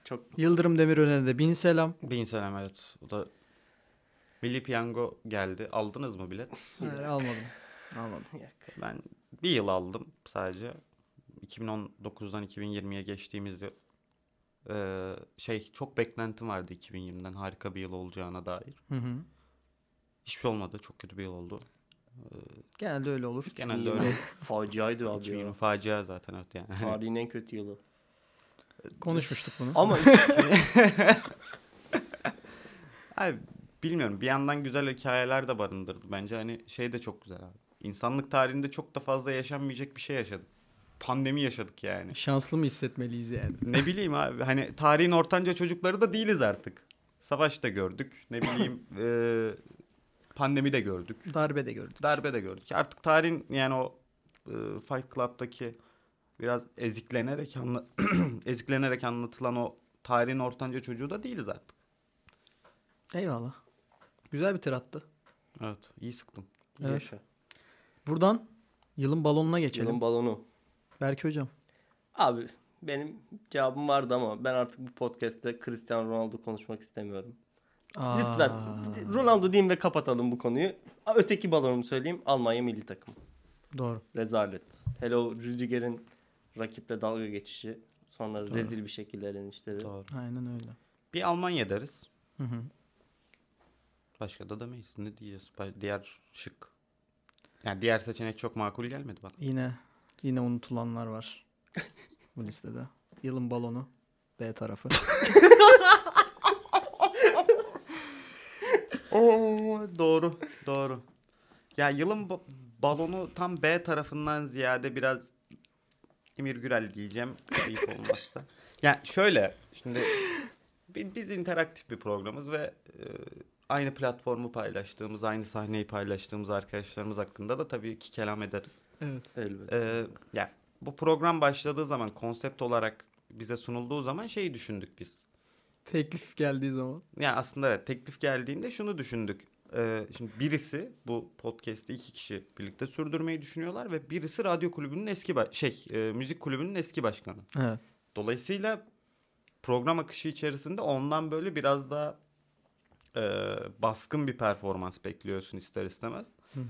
Speaker 2: Çok
Speaker 1: Yıldırım Demirören'e de bin selam.
Speaker 3: Bir insan evet. O da Milli Piyango geldi. Aldınız mı bilet?
Speaker 1: Hayır, Ee, almadım. Almadım.
Speaker 3: Ben bir yıl aldım sadece. 2019'dan 2020'ye geçtiğimiz yıl. Ee, şey çok beklentim vardı 2020'den harika bir yıl olacağına dair.
Speaker 1: Hı hı.
Speaker 3: Hiçbir şey olmadı. Çok kötü bir yıl oldu.
Speaker 1: Genelde öyle olur.
Speaker 3: Genelde öyle. oldu.
Speaker 2: faciaydı abi
Speaker 3: 2020
Speaker 2: ya.
Speaker 3: facia zaten evet yani. Hani
Speaker 2: Tarihin en kötü yılı.
Speaker 1: Konuşmuştuk bunu.
Speaker 2: Ama
Speaker 3: Abi bilmiyorum bir yandan güzel hikayeler de barındırdı. Bence hani şey de çok güzel abi. İnsanlık tarihinde çok da fazla yaşanmayacak bir şey yaşadık. Pandemi yaşadık yani.
Speaker 1: Şanslı mı hissetmeliyiz yani?
Speaker 3: Ne bileyim abi hani tarihin ortanca çocukları da değiliz artık. Savaş da gördük. Ne bileyim e, pandemi de gördük.
Speaker 1: Darbe de gördük.
Speaker 3: Darbe de gördük. Artık tarihin yani o e, Fight Club'daki biraz eziklenerek anla eziklenerek anlatılan o tarihin ortanca çocuğu da değiliz artık.
Speaker 1: Eyvallah. Güzel bir tır attı.
Speaker 3: Evet, iyi sıktım.
Speaker 1: Evet.
Speaker 2: Yaşa.
Speaker 1: Buradan yılın balonuna geçelim.
Speaker 2: Yılın balonu.
Speaker 1: Berke hocam.
Speaker 2: Abi benim cevabım vardı ama ben artık bu podcast'te Cristiano Ronaldo konuşmak istemiyorum.
Speaker 1: Aa,
Speaker 2: Lütfen Ronaldo diyeyim ve kapatalım bu konuyu. Aa, Öteki balonumu söyleyeyim. Almanya milli takım.
Speaker 1: Doğru.
Speaker 2: Rezalet. Hello Rüdiger'in rakiple dalga geçişi. Sonra
Speaker 1: Doğru.
Speaker 2: rezil bir şekilde elenişleri.
Speaker 3: Doğru.
Speaker 1: Aynen öyle.
Speaker 3: Bir Almanya deriz.
Speaker 1: Hı hı.
Speaker 3: Başka da demeyiz. Ne diyeceğiz? Ba- Diğer şık. Yani diğer seçenek çok makul gelmedi bana.
Speaker 1: Yine yine unutulanlar var bu listede. Yılın balonu B tarafı.
Speaker 3: Oo, doğru, doğru. Ya yılın ba- balonu tam B tarafından ziyade biraz Emir Gürel diyeceğim. Ayıp olmazsa. Yani şöyle şimdi bi- biz interaktif bir programız ve e, aynı platformu paylaştığımız, aynı sahneyi paylaştığımız arkadaşlarımız hakkında da tabii ki kelam ederiz.
Speaker 1: Evet.
Speaker 2: Elbette.
Speaker 3: Ee, ya bu program başladığı zaman konsept olarak bize sunulduğu zaman şeyi düşündük biz.
Speaker 1: Teklif geldiği zaman.
Speaker 3: Yani aslında evet, teklif geldiğinde şunu düşündük. Ee, şimdi birisi bu podcast'i iki kişi birlikte sürdürmeyi düşünüyorlar ve birisi radyo kulübünün eski ba- şey e, müzik kulübünün eski başkanı.
Speaker 1: Evet.
Speaker 3: Dolayısıyla program akışı içerisinde ondan böyle biraz daha e, baskın bir performans bekliyorsun ister istemez.
Speaker 1: Hı hı.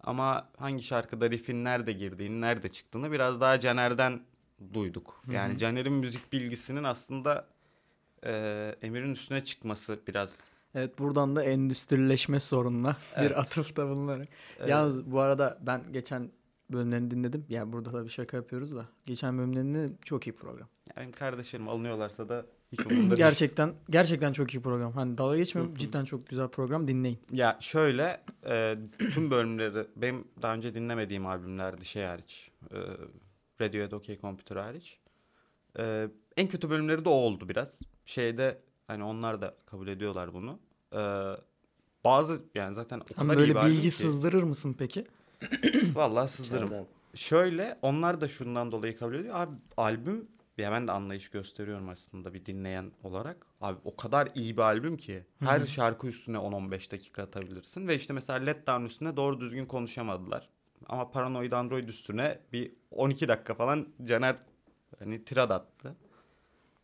Speaker 3: Ama hangi şarkıda riffin nerede girdiğini, nerede çıktığını biraz daha Caner'den duyduk. Yani Caner'in müzik bilgisinin aslında e, Emir'in üstüne çıkması biraz.
Speaker 1: Evet buradan da endüstrileşme sorununa bir atıfta bulunarak.
Speaker 3: e,
Speaker 1: Yalnız bu arada ben geçen bölümlerini dinledim. Ya burada tabii şaka yapıyoruz da. Geçen bölümlerini çok iyi program.
Speaker 3: ya benim kardeşlerim alınıyorlarsa da hiç umurumda değil.
Speaker 1: Gerçekten gerçekten çok iyi program. Hani dalga geçmiyorum. Cidden çok güzel program. Dinleyin.
Speaker 3: Ya şöyle e, tüm bölümleri benim daha önce dinlemediğim albümlerdi şey hariç. E, Radiohead OK Computer hariç. E, en kötü bölümleri de o oldu biraz. Şeyde hani onlar da kabul ediyorlar bunu. E, bazı yani zaten o
Speaker 1: Hani
Speaker 3: kadar iyi bir
Speaker 1: böyle
Speaker 3: albüm
Speaker 1: bilgi
Speaker 3: ki.
Speaker 1: sızdırır mısın peki?
Speaker 3: Vallahi sızdırırım.
Speaker 2: İçeriden.
Speaker 3: Şöyle onlar da şundan dolayı kabul ediyor. Abi albüm ya ben de anlayış gösteriyorum aslında bir dinleyen olarak. Abi o kadar iyi bir albüm ki her şarkı üstüne 10-15 dakika atabilirsin. Ve işte mesela Let Down üstüne doğru düzgün konuşamadılar. Ama Paranoid Android üstüne bir 12 dakika falan Caner hani tirad attı.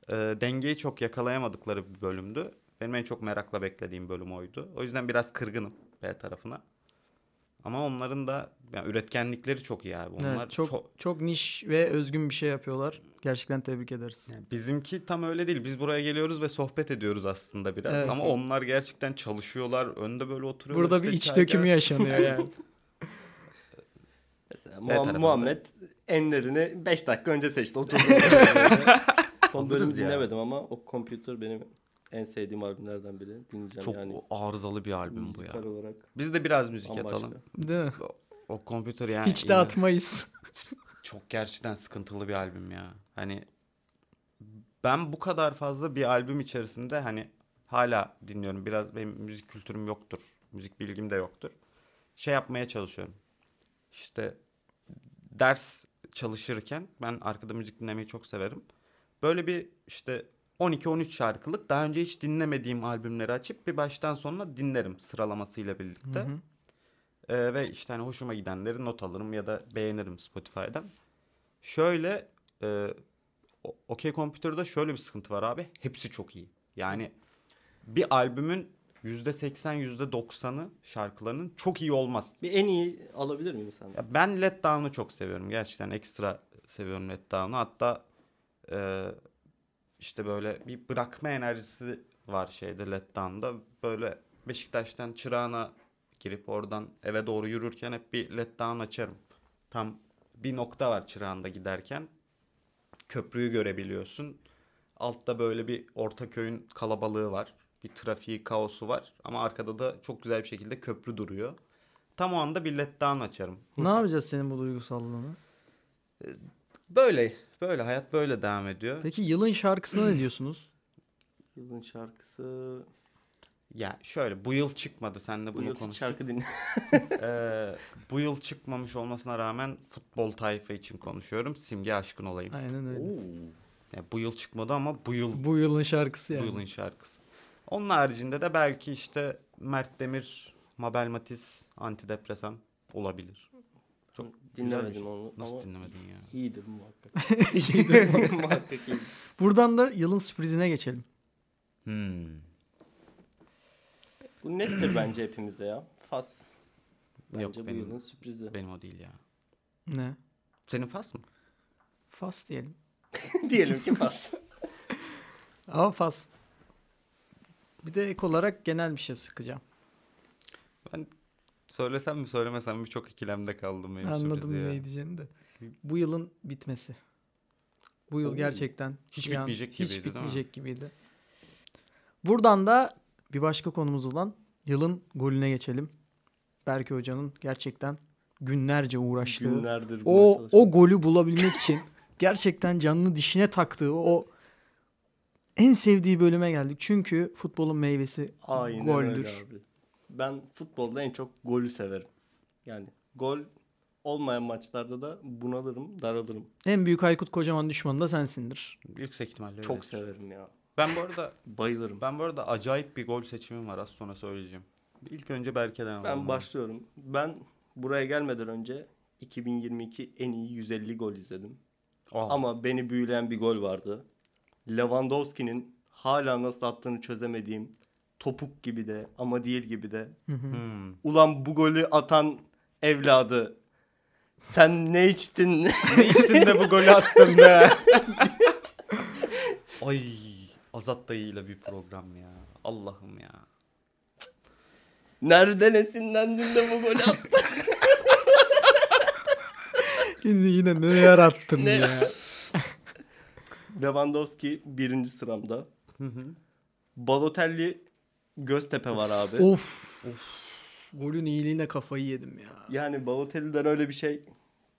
Speaker 3: Ee, dengeyi çok yakalayamadıkları bir bölümdü. Benim en çok merakla beklediğim bölüm oydu. O yüzden biraz kırgınım B tarafına. Ama onların da yani üretkenlikleri çok iyi abi. Onlar
Speaker 1: Evet, çok,
Speaker 3: çok
Speaker 1: çok niş ve özgün bir şey yapıyorlar. Gerçekten tebrik ederiz.
Speaker 3: yani bizimki tam öyle değil. Biz buraya geliyoruz ve sohbet ediyoruz aslında biraz.
Speaker 1: Evet.
Speaker 3: Ama onlar gerçekten çalışıyorlar. Önde böyle oturuyorlar.
Speaker 1: Burada
Speaker 3: işte
Speaker 1: bir iç
Speaker 3: çay
Speaker 1: dökümü
Speaker 3: kahve-
Speaker 1: yaşanıyor yani.
Speaker 2: Mesela
Speaker 3: B tarafında.
Speaker 2: Muha- Muhammed enlerini 5 dakika önce seçti. Oturdum. Son bölümü
Speaker 3: Oluruz ya.
Speaker 2: dinlemedim ama o computer benim en sevdiğim albümlerden biri. Dinleyeceğim
Speaker 3: Çok
Speaker 2: yani.
Speaker 3: arızalı bir albüm bu ya.
Speaker 2: Müzikal olarak.
Speaker 3: Biz de biraz müzik
Speaker 2: Bambaşka.
Speaker 3: atalım.
Speaker 1: Değil mi?
Speaker 3: O kompüter yani.
Speaker 1: Hiç
Speaker 3: yine-
Speaker 1: dağıtmayız.
Speaker 3: Çok gerçekten sıkıntılı bir albüm ya. Hani ben bu kadar fazla bir albüm içerisinde hani hala dinliyorum. Biraz benim müzik kültürüm yoktur. Müzik bilgim de yoktur. Şey yapmaya çalışıyorum. İşte ders çalışırken ben arkada müzik dinlemeyi çok severim. Böyle bir işte 12-13 şarkılık daha önce hiç dinlemediğim albümleri açıp bir baştan sonuna dinlerim sıralamasıyla birlikte. Ee, ve işte hani hoşuma gidenleri not alırım ya da beğenirim Spotify'dan. Şöyle e, o- OK Computer'da şöyle bir sıkıntı var abi. Hepsi çok iyi. Yani bir albümün %80 %90'ı şarkılarının çok iyi olmaz.
Speaker 2: Bir en iyi alabilir miyim sen?
Speaker 3: Ya ben Let Down'u çok seviyorum. Gerçekten ekstra seviyorum Let Down'u. Hatta e, işte böyle bir bırakma enerjisi var şeyde Let Down'da. Böyle Beşiktaş'tan Çırağan'a girip oradan eve doğru yürürken hep bir Let Down açarım. Tam bir nokta var Çırağan'da giderken. Köprüyü görebiliyorsun. Altta böyle bir Ortaköy'ün kalabalığı var. Bir trafiği, kaosu var. Ama arkada da çok güzel bir şekilde köprü duruyor. Tam o anda bir Let Down açarım.
Speaker 1: ne yapacağız senin bu duygusallığını?
Speaker 3: Böyle böyle hayat böyle devam ediyor.
Speaker 1: Peki yılın şarkısına ne diyorsunuz?
Speaker 2: Yılın şarkısı.
Speaker 3: Ya şöyle bu yıl çıkmadı senle
Speaker 2: Bu
Speaker 3: bunu
Speaker 2: yıl hiç
Speaker 3: konuştuk.
Speaker 2: şarkı dinle.
Speaker 3: Ee, bu yıl çıkmamış olmasına rağmen futbol tayfa için konuşuyorum. Simge aşkın olayım.
Speaker 1: Aynen öyle.
Speaker 3: Ya bu yıl çıkmadı ama bu yıl
Speaker 1: Bu yılın şarkısı yani.
Speaker 3: bu yılın şarkısı. Onun haricinde de belki işte Mert Demir, Mabel Matiz, antidepresan olabilir. Çok güzel bir
Speaker 2: Dinlemedim
Speaker 3: şey.
Speaker 2: onu.
Speaker 3: Nasıl
Speaker 2: ama
Speaker 3: dinlemedin ya?
Speaker 2: İyidir muhakkak. iyidir muhakkak iyidir.
Speaker 1: Buradan da yılın sürprizine geçelim.
Speaker 3: Hmm.
Speaker 2: Bu nettir bence hepimizde ya. Fas. Bence
Speaker 3: Yok,
Speaker 2: bu
Speaker 3: benim-
Speaker 2: yılın sürprizi.
Speaker 3: Benim o değil ya.
Speaker 1: Ne?
Speaker 3: Senin fas mı?
Speaker 1: Fas diyelim.
Speaker 2: Diyelim ki fas.
Speaker 1: Ama fas. Bir de ek olarak genel bir şey sıkacağım.
Speaker 3: Ben söylesem mi söylemesem mi çok ikilemde kaldım benim
Speaker 1: Anladım
Speaker 3: sürprizi ya.
Speaker 1: ne diyeceğini de. Bu yılın bitmesi. Bu yıl
Speaker 2: Oo.
Speaker 1: gerçekten
Speaker 3: Hiç
Speaker 1: bir an-
Speaker 3: bitmeyecek
Speaker 1: hiç
Speaker 3: gibiydi, değil mi?
Speaker 1: bitmeyecek gibiydi. Buradan da bir başka konumuz olan yılın golüne geçelim. Berke Hoca'nın gerçekten günlerce uğraştığı
Speaker 2: Günlerdir buna
Speaker 1: o
Speaker 2: çalışıyorum.
Speaker 1: o golü bulabilmek için gerçekten canını dişine taktığı o en sevdiği bölüme geldik. Çünkü futbolun meyvesi
Speaker 2: Aynen
Speaker 1: goldür.
Speaker 2: öyle abi. Ben futbolda en çok golü severim. Yani gol olmayan maçlarda da bunalırım, daralırım.
Speaker 1: En büyük Aykut Kocaman düşmanı da sensindir.
Speaker 3: Yüksek ihtimalle öyle.
Speaker 2: Çok severim ya.
Speaker 3: Ben bu arada
Speaker 2: Bayılırım. Ben,
Speaker 3: ben bu arada acayip bir gol seçimim var az sonra söyleyeceğim. İlk önce Berke'den alalım. abi.
Speaker 2: başlıyorum. Ben buraya gelmeden önce 2022 en iyi 150 gol izledim.
Speaker 3: Aa,
Speaker 2: Ama beni büyüleyen bir gol vardı. Lewandowski'nin hala nasıl attığını çözemediğim topuk gibi de ama değil gibi de.
Speaker 3: hmm.
Speaker 2: Ulan bu golü atan evladı sen ne içtin?
Speaker 3: Ne içtin de bu golü attın be? Ay Azat dayıyla bir program ya. Allah'ım ya.
Speaker 2: Nereden esinlendin de bu golü attın?
Speaker 1: Şimdi yine ne yarattın
Speaker 2: Ne?
Speaker 1: ya.
Speaker 2: Lewandowski birinci sıramda. Balotelli Göztepe var abi.
Speaker 1: Of. Golün iyiliğine kafayı yedim ya.
Speaker 2: Yani Balotelli'den öyle bir şey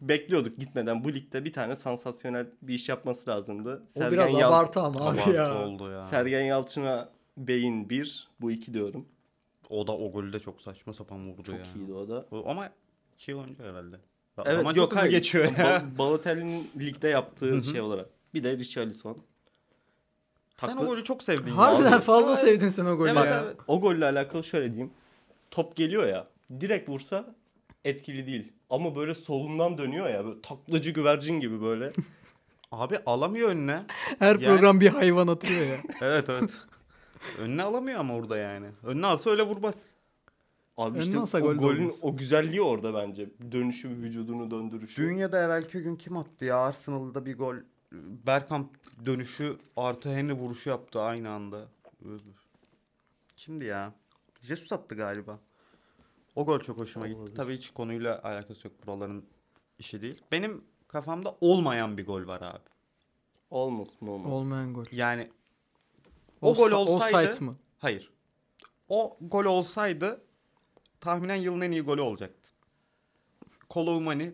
Speaker 2: bekliyorduk gitmeden. Bu ligde bir tane sansasyonel bir iş yapması lazımdı.
Speaker 1: O biraz
Speaker 2: Yal-
Speaker 1: abartı ama abi
Speaker 3: Abartı
Speaker 1: ya.
Speaker 3: oldu ya.
Speaker 2: Sergen Yalçın'a beyin 1, bu 2 diyorum.
Speaker 3: O da o golü de çok saçma sapan vurdu
Speaker 2: Çok
Speaker 3: ya.
Speaker 2: iyiydi o da.
Speaker 3: O- Ama 2 yıl önce herhalde.
Speaker 2: Evet
Speaker 3: Ama
Speaker 2: yok
Speaker 3: çok hızlı
Speaker 2: hayır.
Speaker 3: geçiyor ya.
Speaker 2: Ba- Balotelli'nin ligde yaptığı şey olarak. Bir de Richarlison.
Speaker 3: Sen
Speaker 2: Takla-
Speaker 3: o golü çok sevdin
Speaker 1: Harbiden
Speaker 3: ya.
Speaker 1: fazla
Speaker 3: Evet.
Speaker 1: sevdin sen o golü
Speaker 3: Evet,
Speaker 1: ya.
Speaker 3: evet.
Speaker 2: O golle alakalı şöyle diyeyim. Top geliyor ya. Direkt vursa etkili değil. Ama böyle solundan dönüyor ya. Böyle taklacı güvercin gibi böyle.
Speaker 3: Abi alamıyor önüne.
Speaker 1: Her
Speaker 3: Yani-
Speaker 1: program bir hayvan atıyor ya.
Speaker 3: evet evet. önüne alamıyor ama orada yani. Önüne alsa öyle vurmaz.
Speaker 2: Abi
Speaker 1: Önüne
Speaker 2: işte
Speaker 1: alsa
Speaker 2: o
Speaker 1: gol de
Speaker 2: golün
Speaker 1: olmaz.
Speaker 2: o güzelliği orada bence. Dönüşü, vücudunu döndürüşü.
Speaker 3: Dünyada evvelki gün kim attı ya? Arsenal'da bir gol. Bergkamp dönüşü artı Henry vuruşu yaptı aynı anda. Kimdi ya? Jesus attı galiba. O gol çok hoşuma gitti. Tabii hiç konuyla alakası yok. Buraların işi değil. Benim kafamda olmayan bir gol var abi.
Speaker 2: Olmaz mı olmaz.
Speaker 1: Olmayan gol.
Speaker 3: Yani o gol
Speaker 1: Offsi-
Speaker 3: olsaydı...
Speaker 1: Offside mı?
Speaker 3: Hayır. O gol olsaydı tahminen yılın en iyi golü olacaktı. Koloumani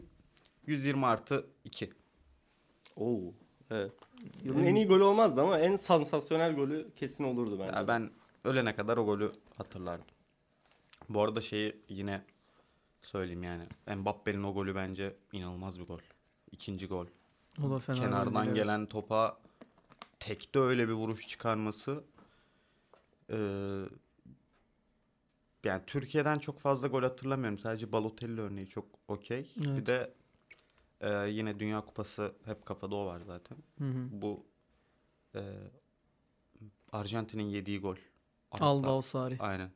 Speaker 3: 120 artı 2.
Speaker 2: Oo. Evet. Yılın en iyi golü olmazdı ama en sansasyonel golü kesin olurdu bence.
Speaker 3: Ya ben ölene kadar o golü hatırlardım. Bu arada şeyi yine söyleyeyim yani. Mbappe'nin o golü bence inanılmaz bir gol. İkinci gol.
Speaker 1: O da fena gol değil,
Speaker 3: Kenardan
Speaker 1: evet.
Speaker 3: gelen topa tekte öyle bir vuruş çıkarması. Ee, yani Türkiye'den çok fazla gol hatırlamıyorum. Sadece Balotelli örneği çok okey.
Speaker 1: Evet.
Speaker 3: Bir de e, yine Dünya Kupası hep kafada o var zaten.
Speaker 1: Hı hı.
Speaker 3: Bu e, Arjantin'in yediği gol. Araplar-
Speaker 1: Aldao Sarri.
Speaker 3: Aynen.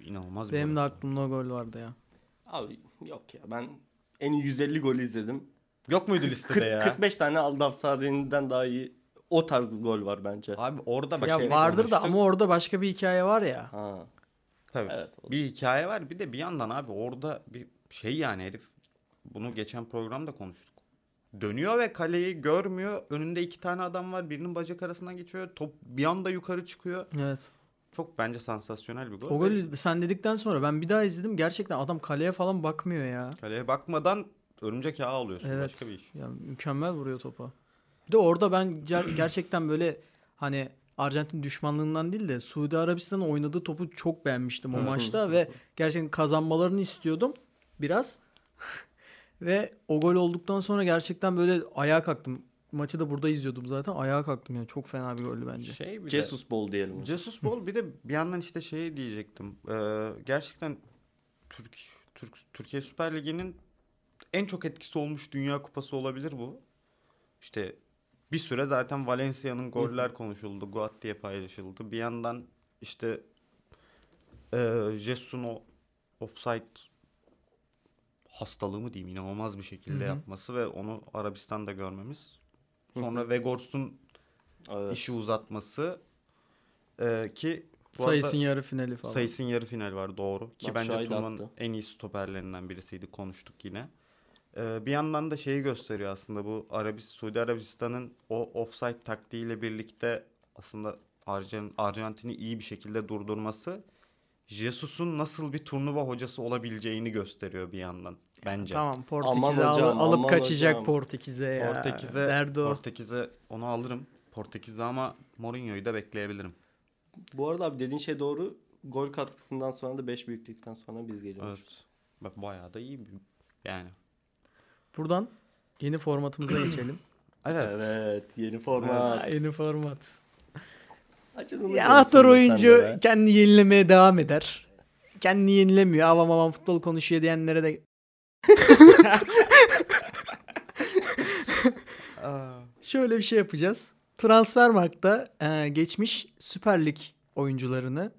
Speaker 3: İnanılmaz bir
Speaker 1: Benim de
Speaker 3: gol.
Speaker 1: aklımda o gol vardı ya.
Speaker 2: Abi yok ya ben en iyi 150 golü izledim.
Speaker 3: Yok muydu
Speaker 2: 40,
Speaker 3: listede ya?
Speaker 2: 45 tane Aldav Sarri'nden daha iyi o tarz gol var bence.
Speaker 3: Abi orada bak
Speaker 1: ya
Speaker 3: şey
Speaker 1: vardır da
Speaker 3: konuştuk.
Speaker 1: ama orada başka bir hikaye var ya.
Speaker 2: Ha.
Speaker 3: Tabii.
Speaker 2: Evet, o da-
Speaker 3: bir hikaye var. Bir de bir yandan abi orada bir şey yani herif bunu geçen programda konuştuk. Dönüyor ve kaleyi görmüyor. Önünde iki tane adam var. Birinin bacak arasından geçiyor. Top bir anda yukarı çıkıyor.
Speaker 1: Evet.
Speaker 3: Çok bence sansasyonel bir gol.
Speaker 1: O golü sen dedikten sonra ben bir daha izledim. Gerçekten adam kaleye falan bakmıyor ya.
Speaker 3: Kaleye bakmadan örümcek ağı alıyorsun.
Speaker 1: Evet.
Speaker 3: Başka bir iş.
Speaker 1: Ya mükemmel vuruyor topa. Bir de orada ben ger- gerçekten böyle hani Arjantin düşmanlığından değil de Suudi Arabistan'ın oynadığı topu çok beğenmiştim o
Speaker 2: Hı hı.
Speaker 1: maçta ve gerçekten kazanmalarını istiyordum biraz. ve o gol olduktan sonra gerçekten böyle ayağa kalktım. Maçı da burada izliyordum zaten. Ayağa kalktım yani. Çok fena bir goldü bence.
Speaker 3: Şey bir de-
Speaker 2: Jesus Ball diyelim. hocam.
Speaker 3: Jesus Ball bir de bir yandan işte şey diyecektim. Ee, gerçekten Türk, Türk Türkiye Süper Ligi'nin en çok etkisi olmuş Dünya Kupası olabilir bu. İşte bir süre zaten Valencia'nın goller konuşuldu. Guat diye paylaşıldı. Bir yandan işte ee, Jesus'un o offside hastalığı mı diyeyim inanılmaz bir
Speaker 1: Hı
Speaker 3: şekilde
Speaker 1: hı.
Speaker 3: yapması ve onu Arabistan'da görmemiz. Sonra Vegors'un
Speaker 2: Evet.
Speaker 3: işi uzatması Ee, ki bu arada
Speaker 1: Sayısın yarı finali falan.
Speaker 3: Sayıs'ın yarı final var doğru ki
Speaker 2: Bak,
Speaker 3: bence
Speaker 2: Şahin de
Speaker 3: turnuvanın
Speaker 2: attı.
Speaker 3: en iyi stoperlerinden birisiydi konuştuk yine. Ee, bir yandan da şeyi gösteriyor aslında bu Arabis Suudi Arabistan'ın o offside taktiğiyle birlikte aslında Arjan- Arjantin'i iyi bir şekilde durdurması Jesus'un nasıl bir turnuva hocası olabileceğini gösteriyor bir yandan bence.
Speaker 1: Tamam Portekiz'e al-
Speaker 2: hocam,
Speaker 1: alıp
Speaker 2: aman
Speaker 1: kaçacak
Speaker 2: hocam.
Speaker 1: Portekiz'e ya.
Speaker 3: Portekiz'e
Speaker 1: Derdi o.
Speaker 3: Portekiz'e onu alırım. Portekiz'e ama Mourinho'yu da bekleyebilirim.
Speaker 2: Bu arada abi dediğin şey doğru. Gol katkısından sonra da 5 büyüklükten sonra biz geliyoruz.
Speaker 3: Evet. Bak bayağı da iyi bir yani.
Speaker 1: Buradan yeni formatımıza geçelim.
Speaker 3: Evet.
Speaker 2: Evet, yeni format.
Speaker 1: yeni format.
Speaker 2: Acun'un
Speaker 1: Ya
Speaker 2: da
Speaker 1: anahtar
Speaker 2: sen de
Speaker 1: oyuncu
Speaker 2: be.
Speaker 1: kendini yenilemeye devam eder. Kendini yenilemiyor. Avam avam futbol konuşuyor diyenlere de şöyle bir şey yapacağız. Transfermarkt'ta e, geçmiş Süper Lig oyuncularını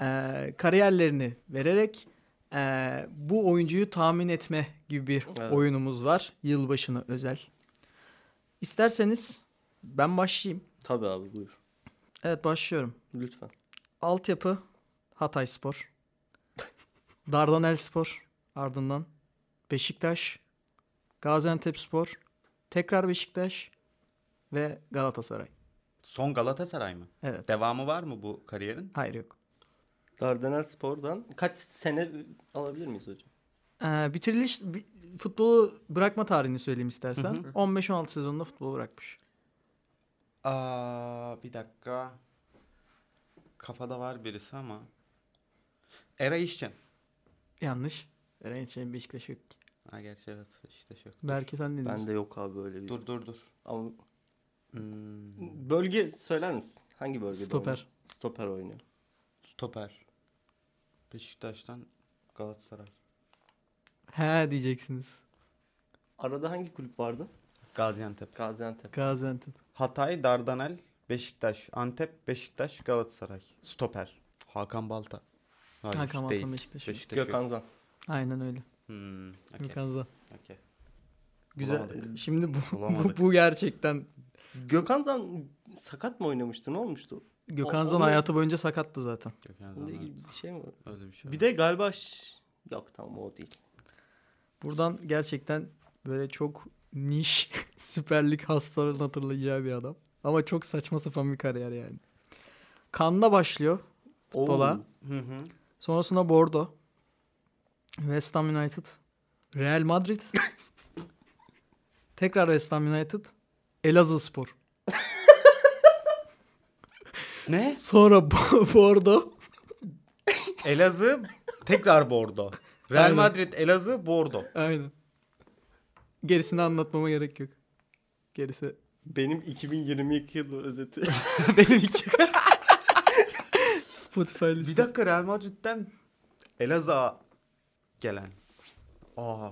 Speaker 1: e, kariyerlerini vererek e, bu oyuncuyu tahmin etme gibi bir
Speaker 2: Evet.
Speaker 1: oyunumuz var. Yılbaşına özel. İsterseniz ben başlayayım.
Speaker 2: Tabii abi buyur.
Speaker 1: Evet başlıyorum.
Speaker 2: Lütfen.
Speaker 1: Altyapı Hatay Spor. Dardanel Spor ardından. Beşiktaş. Gaziantep Spor. Tekrar Beşiktaş. Ve Galatasaray.
Speaker 3: Son Galatasaray mı?
Speaker 1: Evet.
Speaker 3: Devamı var mı bu kariyerin?
Speaker 1: Hayır yok.
Speaker 2: Dardanel Spor'dan kaç sene alabilir miyiz hocam?
Speaker 1: Ee, bitiriliş bi- futbolu bırakma tarihini söyleyeyim istersen. 15-16 sezonunda futbolu bırakmış.
Speaker 3: Aa, bir dakika. Kafada var birisi ama. Era İşcan.
Speaker 1: Yanlış. Eren için Beşiktaş yok. ki.
Speaker 3: Ha gerçi evet işte şey şu.
Speaker 1: Belki sen ne diyorsun?
Speaker 2: Bende yok abi böyle bir.
Speaker 3: Dur dur dur.
Speaker 2: Ama
Speaker 3: Hmm,
Speaker 2: bölge söyler misin? Hangi bölgede?
Speaker 1: Stoper.
Speaker 2: oynuyor? Stoper oynuyor.
Speaker 3: stoper. Beşiktaş'tan Galatasaray.
Speaker 1: He diyeceksiniz.
Speaker 2: Arada hangi kulüp vardı?
Speaker 3: Gaziantep.
Speaker 2: Gaziantep.
Speaker 1: Gaziantep.
Speaker 3: Hatay, Dardanel, Beşiktaş, Antep, Beşiktaş, Galatasaray. Stoper. Hakan Balta. Hayır,
Speaker 1: Hakan Altan
Speaker 3: değil.
Speaker 1: Beşiktaş. yok.
Speaker 3: Beşiktaş. yok.
Speaker 2: Gökhan Zan.
Speaker 1: Aynen öyle.
Speaker 3: Hmm, okey,
Speaker 1: Gökhan Zan.
Speaker 3: okey.
Speaker 1: Güzel.
Speaker 3: Bulamadık.
Speaker 1: Şimdi bu, bu,
Speaker 3: Bulamadık.
Speaker 1: bu gerçekten
Speaker 2: Gökhan Zan sakat mı oynamıştı? Ne olmuştu?
Speaker 1: Gökhan
Speaker 2: O-
Speaker 1: Zan
Speaker 2: onu-
Speaker 1: hayatı boyunca sakattı zaten.
Speaker 3: Gökhan
Speaker 2: Bununla
Speaker 3: Zan,
Speaker 2: ilgili bir şey mi var?
Speaker 3: evet. Öyle bir şey.
Speaker 2: Bir de galiba ş- yok tamam o değil.
Speaker 1: Buradan gerçekten böyle çok niş Süper Lig hastalarının hatırlayacağı bir adam. Ama çok saçma sapan bir kariyer yani. Kan'la başlıyor. Futbola.
Speaker 2: Oo,
Speaker 3: Hı hı.
Speaker 1: Sonrasında Bordo. West Ham United. Real Madrid. Tekrar West Ham United. Elazığ Spor.
Speaker 3: Ne?
Speaker 1: Sonra Bo- Bordo.
Speaker 3: Elazığ tekrar Bordo. Real
Speaker 1: Aynen.
Speaker 3: Madrid, Elazığ, Bordo.
Speaker 1: Aynen. Gerisini anlatmama gerek yok. Gerisi
Speaker 2: Benim 2022 yılı özeti.
Speaker 1: Benim iki. Spotify listesi.
Speaker 3: Bir dakika Real Madrid'den Elazığ'a gelen. Aa.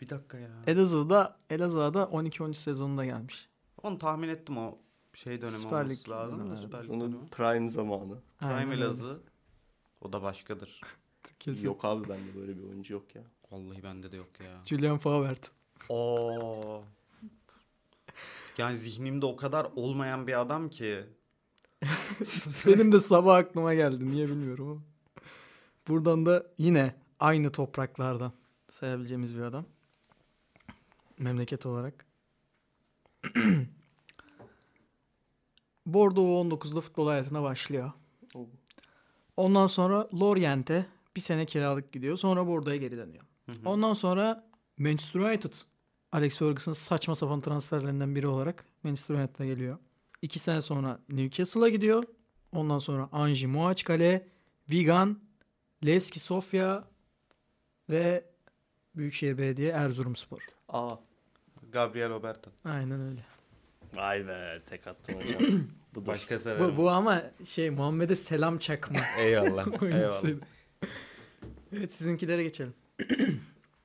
Speaker 3: Bir dakika ya.
Speaker 1: Elazığ'da, Elazığ'da 12-13 sezonunda gelmiş.
Speaker 3: Onu tahmin ettim o şey dönemi
Speaker 1: Süper Lig
Speaker 3: olması lazım.
Speaker 1: dönemi,
Speaker 3: da,
Speaker 1: evet.
Speaker 3: Süper Lig dönemi.
Speaker 2: Onun prime zamanı.
Speaker 1: Aynen
Speaker 3: Prime
Speaker 1: öyle.
Speaker 3: Elazığ. O da başkadır.
Speaker 1: Kesin.
Speaker 2: Yok abi bende böyle bir oyuncu yok ya.
Speaker 3: Vallahi bende de yok ya.
Speaker 1: Julian Favert.
Speaker 3: Oo. Yani zihnimde o kadar olmayan bir adam ki.
Speaker 1: Benim de sabah aklıma geldi. Niye bilmiyorum ama. Buradan da yine aynı topraklardan sayabileceğimiz bir adam. Memleket olarak. Bordeaux 19'da futbol hayatına başlıyor.
Speaker 2: Oo.
Speaker 1: Ondan sonra Lorient'e bir sene kiralık gidiyor. Sonra Bordeaux'a geri dönüyor. Ondan sonra Manchester United. Alex Ferguson'ın saçma sapan transferlerinden biri olarak Manchester United'a geliyor. İki sene sonra Newcastle'a gidiyor. Ondan sonra Anji Muaçkale, Vigan, Levski Sofya ve Büyükşehir Belediye Erzurumspor.
Speaker 2: Aa.
Speaker 3: Gabriel Obertan.
Speaker 1: Aynen öyle.
Speaker 2: Vay be tek attım hocam. Bu da
Speaker 3: Başka
Speaker 1: Bu,
Speaker 3: severim.
Speaker 1: bu ama şey Muhammed'e selam çakma.
Speaker 3: Eyvallah. Eyvallah.
Speaker 1: oyuncusuydu. evet sizinkilere geçelim.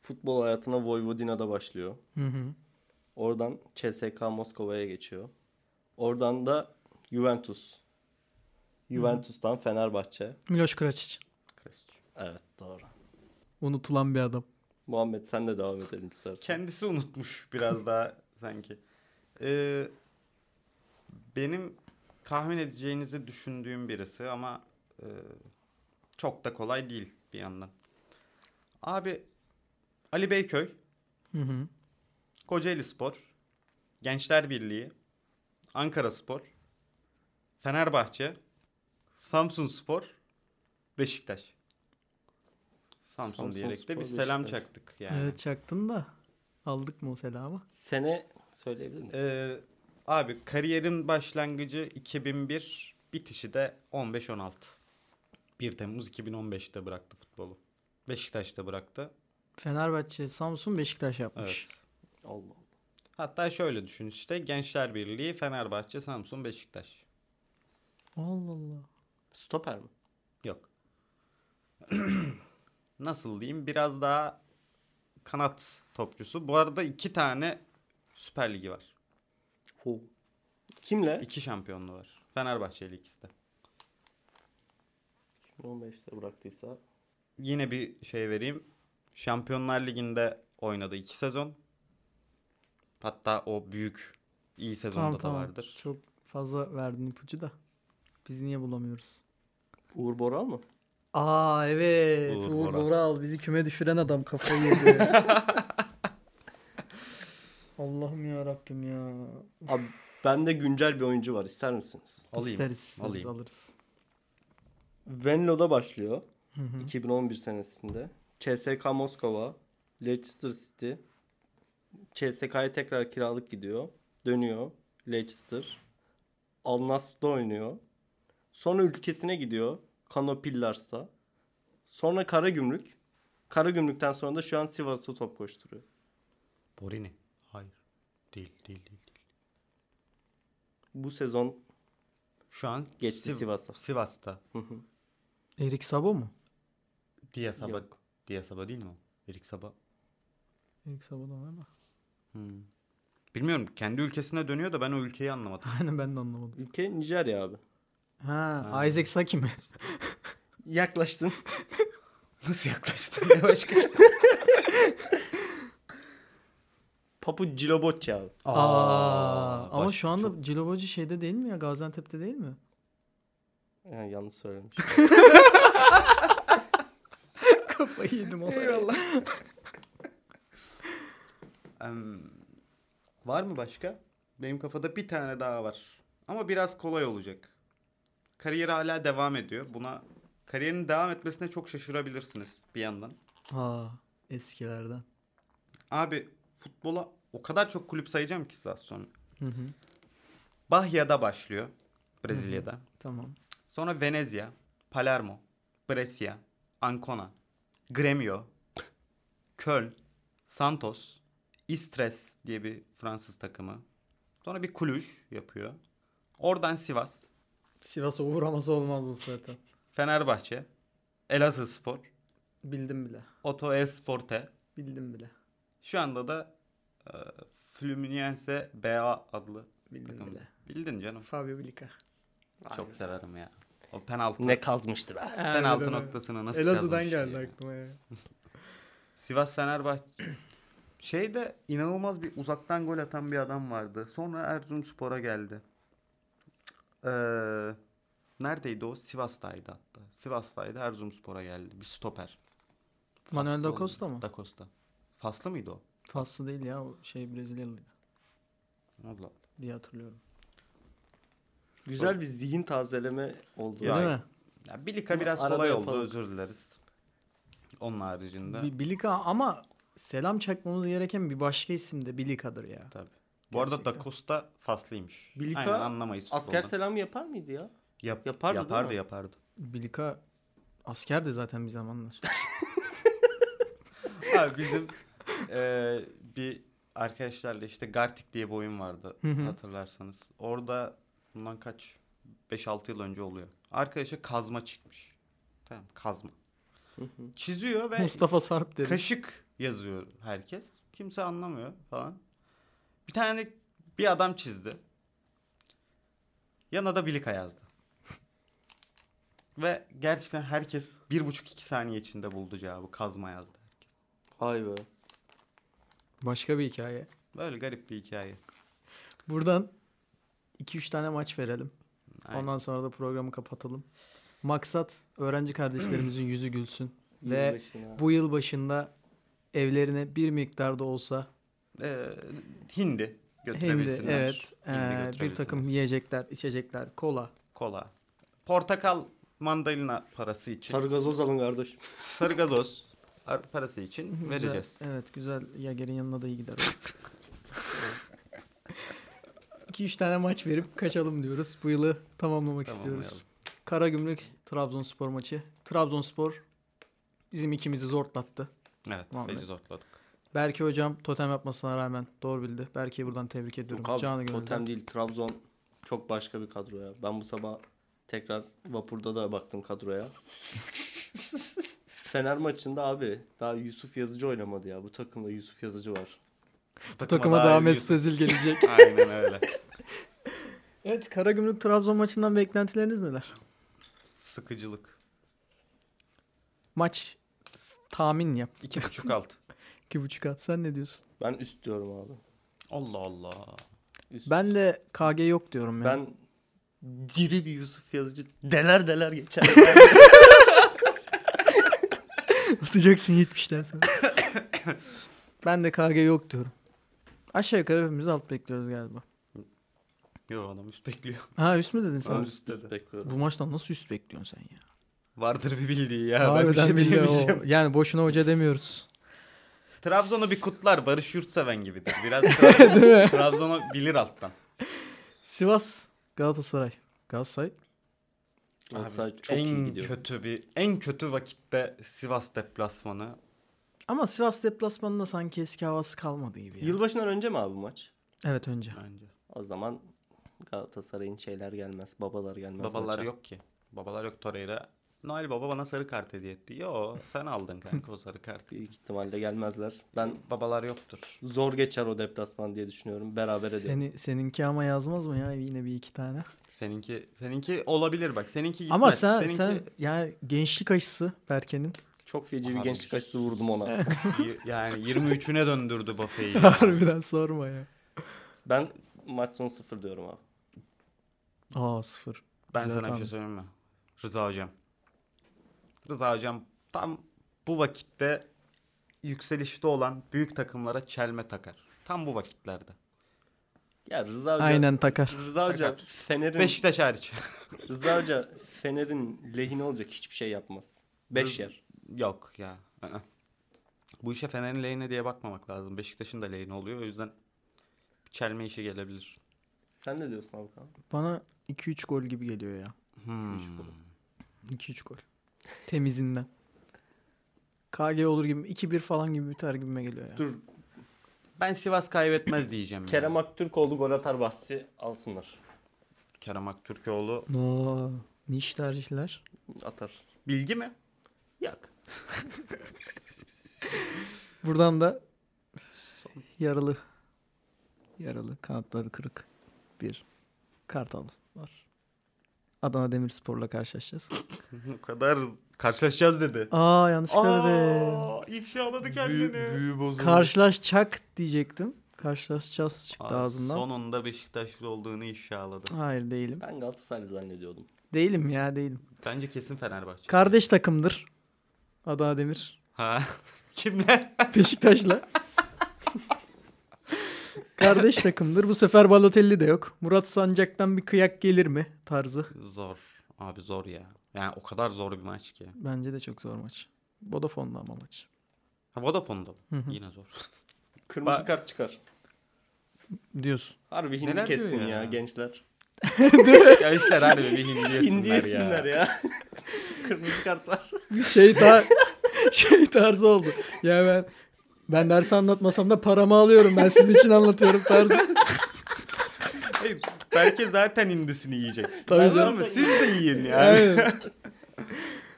Speaker 2: futbol hayatına Vojvodina'da başlıyor.
Speaker 1: Hı hı.
Speaker 2: Oradan CSK Moskova'ya geçiyor. Oradan da Juventus. Juventus'tan Fenerbahçe.
Speaker 1: Miloš Kračić.
Speaker 2: Evet doğru.
Speaker 1: Unutulan bir adam.
Speaker 2: Muhammed sen de devam edelim istersen.
Speaker 3: Kendisi unutmuş biraz daha sanki. Ee, benim tahmin edeceğinizi düşündüğüm birisi ama e, çok da kolay değil bir yandan. Abi Ali Beyköy,
Speaker 1: Hı hı.
Speaker 3: Kocaeli Spor, Gençler Birliği, Ankara Spor, Fenerbahçe, Samsun Spor, Beşiktaş. Samsun,
Speaker 2: Samsun
Speaker 3: diyerek de
Speaker 2: Spor,
Speaker 3: bir selam
Speaker 2: Beşiktaş.
Speaker 3: çaktık yani.
Speaker 1: Evet çaktın da aldık mı o selamı?
Speaker 2: Sene söyleyebilir misin?
Speaker 3: Ee, abi kariyerin başlangıcı 2001, bitişi de 15-16. 1 Temmuz 2015'te bıraktı futbolu. Beşiktaş'ta bıraktı.
Speaker 1: Fenerbahçe, Samsun, Beşiktaş yapmış.
Speaker 3: Evet.
Speaker 2: Allah Allah.
Speaker 3: Hatta şöyle düşün işte Gençler Birliği, Fenerbahçe, Samsun, Beşiktaş.
Speaker 1: Allah Allah.
Speaker 2: Stoper mi?
Speaker 3: Yok. Nasıl diyeyim biraz daha kanat topçusu. Bu arada iki tane Süper Ligi var.
Speaker 2: Hu. Kimle?
Speaker 3: İki şampiyonluğu var. Fenerbahçeli ikisi de.
Speaker 2: 2015'te bıraktıysa.
Speaker 3: Yine bir şey vereyim. Şampiyonlar Ligi'nde oynadı iki sezon. Hatta o büyük iyi sezonda
Speaker 1: Tamam
Speaker 3: da
Speaker 1: tamam.
Speaker 3: vardır.
Speaker 1: Çok fazla verdin ipucu da. Biz niye bulamıyoruz?
Speaker 2: Uğur Boral mı?
Speaker 1: Aa evet.
Speaker 3: Uğur
Speaker 1: Uğur,
Speaker 3: Boral.
Speaker 1: Boral bizi küme düşüren adam kafayı yedi. Allah'ım ya Rabbim ya.
Speaker 2: Abi bende güncel bir oyuncu var ister misiniz?
Speaker 3: Alayım.
Speaker 1: İsteriz, isteriz,
Speaker 3: alayım.
Speaker 1: alırız.
Speaker 2: Venlo'da başlıyor.
Speaker 1: Hı hı.
Speaker 2: 2011 senesinde. CSK Moskova, Leicester City. CSK'ya tekrar kiralık gidiyor. Dönüyor Leicester. Al Nassr'da oynuyor. Sonra ülkesine gidiyor. Kanopillars'ta. Sonra Karagümrük. Karagümrük'ten sonra da şu an Sivas'a top koşturuyor.
Speaker 3: Borini. Hayır. Değil değil değil. değil.
Speaker 2: Bu sezon
Speaker 3: Şu an
Speaker 2: Geçti
Speaker 3: Siv-
Speaker 2: Sivas'a.
Speaker 3: Sivas'ta.
Speaker 1: Erik Sabo mu?
Speaker 3: Diye Saba.
Speaker 2: Yok.
Speaker 3: Diye Saba değil mi o? Erik Saba.
Speaker 1: Erik Sabo da var da.
Speaker 3: Hmm. Bilmiyorum kendi ülkesine dönüyor da ben o ülkeyi anlamadım.
Speaker 1: Aynen ben de anlamadım.
Speaker 2: ülke Nijerya abi.
Speaker 1: Ha,
Speaker 3: Ha.
Speaker 1: Isaac Saki mi?
Speaker 2: Yaklaştın.
Speaker 3: Nasıl yaklaştın ya başka?
Speaker 2: Papu Ciloboç abi.
Speaker 1: Aa, ama
Speaker 3: baş-
Speaker 1: şu anda
Speaker 3: çok-
Speaker 1: Ciloboji şeyde değil mi ya? Gaziantep'te değil mi?
Speaker 2: Ha, yanlış söylemiş.
Speaker 1: Kafayı yedim o Eyvallah.
Speaker 3: Em, var mı başka? Benim kafada bir tane daha var. Ama biraz kolay olacak. Kariyeri hala devam ediyor. Buna kariyerin devam etmesine çok şaşırabilirsiniz bir yandan.
Speaker 1: Ha, eskilerden.
Speaker 3: Abi futbola o kadar çok kulüp sayacağım ki size az sonra.
Speaker 1: Hı hı.
Speaker 3: Bahya'da başlıyor. Brezilya'da.
Speaker 1: Tamam.
Speaker 3: Sonra Venezia, Palermo, Brescia, Ancona, Gremio, Köln, Santos, Istres diye bir Fransız takımı. Sonra bir Kuluj yapıyor. Oradan Sivas,
Speaker 1: Sivas'a uğraması olmaz mı zaten?
Speaker 3: Fenerbahçe, Elazığ Spor,
Speaker 1: Bildim bile.
Speaker 3: Oto Esporte.
Speaker 1: Bildim bile.
Speaker 3: Şu anda da e, Fluminense BA adlı
Speaker 1: Bildim
Speaker 3: takım.
Speaker 1: bile.
Speaker 3: Bildin canım.
Speaker 1: Fabio Bilica.
Speaker 3: Çok severim ya. O penaltı.
Speaker 2: ne kazmıştı be.
Speaker 3: penaltı noktasına nasıl şey? yazmıştı ya.
Speaker 1: aklıma ya.
Speaker 3: Sivas Fenerbahçe şeyde inanılmaz bir uzaktan gol atan bir adam vardı. Sonra Erzurumspor'a geldi. Ee, neredeydi o? Sivas'taydı hatta. Sivas'taydı Erzurumspor'a geldi. Bir stoper.
Speaker 1: Manuel
Speaker 3: Faslı
Speaker 1: da Costa
Speaker 3: oldu.
Speaker 1: mı?
Speaker 3: Da Costa. Faslı mıydı o?
Speaker 1: Faslı değil ya o şey Brezilyalı
Speaker 3: Allah Allah.
Speaker 1: diye hatırlıyorum.
Speaker 2: Güzel bir zihin tazeleme oldu.
Speaker 3: Ya,
Speaker 1: Değil mi?
Speaker 3: Ya Bilika
Speaker 2: Ama
Speaker 3: biraz
Speaker 2: arada
Speaker 3: kolay oldu.
Speaker 2: yapalım.
Speaker 3: Özür dileriz. Onun haricinde.
Speaker 1: Bi- Bilika ama selam çakmamız gereken bir başka isim de Bilika'dır ya.
Speaker 3: Tabii. Bu arada Da
Speaker 1: Gerçekten.
Speaker 3: Costa Faslıymış.
Speaker 2: Bilika
Speaker 3: Aynen anlamayız.
Speaker 2: Asker
Speaker 3: futboldan.
Speaker 2: selamı yapar mıydı ya?
Speaker 3: Yap-
Speaker 2: yapardı değil
Speaker 3: yapardı
Speaker 2: mi?
Speaker 3: yapardı.
Speaker 1: Bilika askerdi zaten bir zamanlar.
Speaker 3: Abi bizim eee, bir arkadaşlarla işte Gartic diye bir oyun vardı
Speaker 1: Hı hı.
Speaker 3: hatırlarsanız. Orada bundan kaç 5-6 yıl önce oluyor. Arkadaşa kazma çıkmış. Tamam kazma. Çiziyor ve
Speaker 1: Mustafa Sarp deriz.
Speaker 3: kaşık yazıyor herkes. Kimse anlamıyor falan. Bir tane bir adam çizdi. Yanına da Bilika yazdı. ve gerçekten herkes 1,5-2 saniye içinde buldu cevabı. Kazma yazdı.
Speaker 2: Vay be.
Speaker 1: Başka bir hikaye.
Speaker 3: Böyle garip bir hikaye.
Speaker 1: Buradan 2-3 tane maç verelim.
Speaker 3: Aynen.
Speaker 1: Ondan sonra da programı kapatalım. Maksat öğrenci kardeşlerimizin yüzü gülsün. Ve
Speaker 2: Yılbaşına.
Speaker 1: bu yıl başında evlerine bir miktar da olsa
Speaker 3: Ee, hindi
Speaker 1: hem
Speaker 3: götürebilsinler.
Speaker 1: de evet Ee,
Speaker 3: Hindi
Speaker 1: eee,
Speaker 3: götürebilsinler.
Speaker 1: bir takım yiyecekler, içecekler, kola,
Speaker 3: Kola. Portakal mandalina parası için, sarı,
Speaker 2: Sarı gazoz alın kardeşim.
Speaker 3: gazoz ar- parası için
Speaker 1: Güzel.
Speaker 3: vereceğiz.
Speaker 1: Evet güzel. Yager'in yanına da iyi gider. 2-3 tane maç verip kaçalım diyoruz. Bu yılı tamamlamak istiyoruz.
Speaker 3: Tamamlayalım.
Speaker 1: Karagümrük Trabzonspor maçı. Trabzonspor bizim ikimizi zortlattı.
Speaker 3: Evet,
Speaker 1: Tamam,
Speaker 3: feci
Speaker 1: evet.
Speaker 3: zorladık.
Speaker 1: Berke hocam totem yapmasına rağmen doğru bildi. Berke'yi buradan tebrik ediyorum.
Speaker 2: Yok abi,
Speaker 1: Canı gönülden.
Speaker 2: totem değil Trabzon çok başka bir kadro ya. Ben bu sabah tekrar vapurda da baktım kadroya. Fener maçında abi daha Yusuf Yazıcı oynamadı ya. Bu takımda Yusuf Yazıcı var.
Speaker 1: Bu takıma daha Mesut Özil gelecek.
Speaker 3: Aynen öyle.
Speaker 1: evet Karagümrük Trabzon maçından beklentileriniz neler?
Speaker 3: Sıkıcılık.
Speaker 1: Maç s- tahmin yap.
Speaker 3: İki buçuk alt.
Speaker 1: 2.5 at sen ne diyorsun?
Speaker 2: Ben üst diyorum abi.
Speaker 3: Allah Allah.
Speaker 2: Üst.
Speaker 1: Ben de KG yok diyorum ya.
Speaker 2: Ben diri bir Yusuf Yazıcı deler deler geçer.
Speaker 1: Atacaksın 70'ten sonra. ben de KG yok diyorum. Aşağı yukarı hepimiz alt bekliyoruz galiba.
Speaker 3: Yo adam üst bekliyor.
Speaker 1: Ha üst mü dedin sen?
Speaker 2: Ben üst, üst bekliyorum.
Speaker 1: Bu maçtan nasıl üst bekliyorsun sen ya?
Speaker 3: Vardır bir bildiği ya. ben bir
Speaker 1: Harbiden
Speaker 3: şey
Speaker 1: billahi o.
Speaker 3: diyemeyeceğim.
Speaker 1: Yani boşuna hoca demiyoruz.
Speaker 3: Trabzon'u bir kutlar Barış Yurtseven gibidir. Biraz Trabzon, Trabzon'u bilir alttan.
Speaker 1: Sivas, Galatasaray. Galatasaray.
Speaker 2: Galatasaray
Speaker 3: Abi,
Speaker 2: çok
Speaker 3: en
Speaker 2: iyi gidiyor.
Speaker 3: kötü bir en kötü vakitte Sivas deplasmanı.
Speaker 1: Ama Sivas deplasmanında sanki eski havası kalmadı gibi. ya.
Speaker 2: Yılbaşından önce mi abi bu maç?
Speaker 1: Evet önce.
Speaker 3: Bence.
Speaker 2: O zaman Galatasaray'ın şeyler gelmez, babalar gelmez.
Speaker 3: Babalar
Speaker 2: maça.
Speaker 3: yok ki. Babalar yok Torreira. Noel Baba bana sarı kart hediye etti. Yo sen aldın kanka o sarı kartı.
Speaker 2: Büyük ihtimalle gelmezler. Ben
Speaker 3: Babalar yoktur.
Speaker 2: zor geçer o deplasman diye düşünüyorum. Berabere diye.
Speaker 1: Seni, seninki ama yazmaz mı ya yine bir iki tane?
Speaker 3: Seninki seninki olabilir bak. Seninki gitmez.
Speaker 1: Ama sen
Speaker 3: seninki
Speaker 1: sen yani gençlik aşısı Berke'nin.
Speaker 2: Çok feci bir
Speaker 3: Abi. şey-
Speaker 2: gençlik açısı vurdum ona.
Speaker 3: y- yani 23'üne döndürdü Buffett'i.
Speaker 1: Harbiden sorma ya.
Speaker 2: ben maç sonu sıfır diyorum abi.
Speaker 1: Aa sıfır.
Speaker 3: Ben
Speaker 1: Güzel
Speaker 3: sana bir şey
Speaker 1: tahmin.
Speaker 3: söyleyeyim mi? Rıza Hocam. Rıza Hocam tam bu vakitte yükselişte olan büyük takımlara çelme takar. Tam bu vakitlerde.
Speaker 2: Ya Rıza Hoca,
Speaker 1: Aynen takar.
Speaker 2: Rıza Hoca
Speaker 3: Takar.
Speaker 2: Fener'in
Speaker 3: Beşiktaş hariç.
Speaker 2: Rıza Hoca Fener'in lehine olacak hiçbir şey yapmaz. Beş
Speaker 3: Rıza-
Speaker 2: yer.
Speaker 3: Yok ya. ı-ı. Bu işe Fener'in lehine diye bakmamak lazım. Beşiktaş'ın da lehine oluyor. O yüzden bir çelme işi gelebilir.
Speaker 2: Sen ne diyorsun abi? Kaan?
Speaker 1: Bana 2-3 gol gibi geliyor ya.
Speaker 3: Hmm.
Speaker 2: Üç gol.
Speaker 1: 2-3 gol. Temizinden. KG olur gibi 2-1 falan gibi biter gibime geliyor ya.
Speaker 2: Dur
Speaker 3: Ben Sivas kaybetmez diyeceğim. ya.
Speaker 2: Kerem Aktürkoğlu gol atar bahsi alsınlar.
Speaker 3: Kerem Aktürkoğlu.
Speaker 1: Oo, niş tercihler.
Speaker 2: Atar.
Speaker 3: Bilgi mi?
Speaker 2: Yak.
Speaker 1: Buradan da yaralı yaralı kanatları kırık bir Kartal var. Adana Demirspor'la karşılaşacağız.
Speaker 3: Bu kadar karşılaşacağız dedi.
Speaker 1: Aa yanlışlıkla dedim.
Speaker 3: Aa, ifşaladı
Speaker 2: Büyü,
Speaker 3: kendini.
Speaker 2: büyü bozuldu.
Speaker 1: Karşılaşacak diyecektim. Karşılaşacağız çıktı
Speaker 3: Aa,
Speaker 1: ağzından.
Speaker 3: Sonunda Beşiktaşlı olduğunu ifşaladı.
Speaker 1: Hayır değilim.
Speaker 2: Ben Galatasaraylı zannediyordum.
Speaker 1: Değilim ya değilim.
Speaker 3: Bence kesin Fenerbahçe.
Speaker 1: Kardeş takımdır. Adana Demir.
Speaker 3: ha. Kimler?
Speaker 1: Beşiktaş'la. Kardeş takımdır. Bu sefer Balotelli de yok. Murat Sancak'tan bir kıyak gelir mi tarzı.
Speaker 3: Zor. Abi zor ya. Yani o kadar zor bir maç ki.
Speaker 1: Bence de çok zor maç. Vodafone'da ama maç.
Speaker 3: Ha, Vodafone'da.
Speaker 1: Hı hı.
Speaker 3: Yine zor.
Speaker 2: Kırmızı
Speaker 3: Ba-
Speaker 2: kart çıkar.
Speaker 1: Diyorsun.
Speaker 2: Harbi hindi
Speaker 3: Neler diyor
Speaker 2: kessin ya.
Speaker 3: ya?
Speaker 2: gençler.
Speaker 3: ya işler harbi bir hindi yesinler,
Speaker 2: Hindi
Speaker 3: ya.
Speaker 2: yesinler ya. Kırmızı kart var.
Speaker 1: Bir şey, tar şey tarzı oldu. Ya ben ben dersi anlatmasam da paramı alıyorum. Ben sizin için anlatıyorum tarzı.
Speaker 3: Hayır, Berke zaten hindisini yiyecek.
Speaker 1: Tabii
Speaker 3: Ben
Speaker 1: canım.
Speaker 3: ama Siz de yiyin yani.
Speaker 1: Aynen.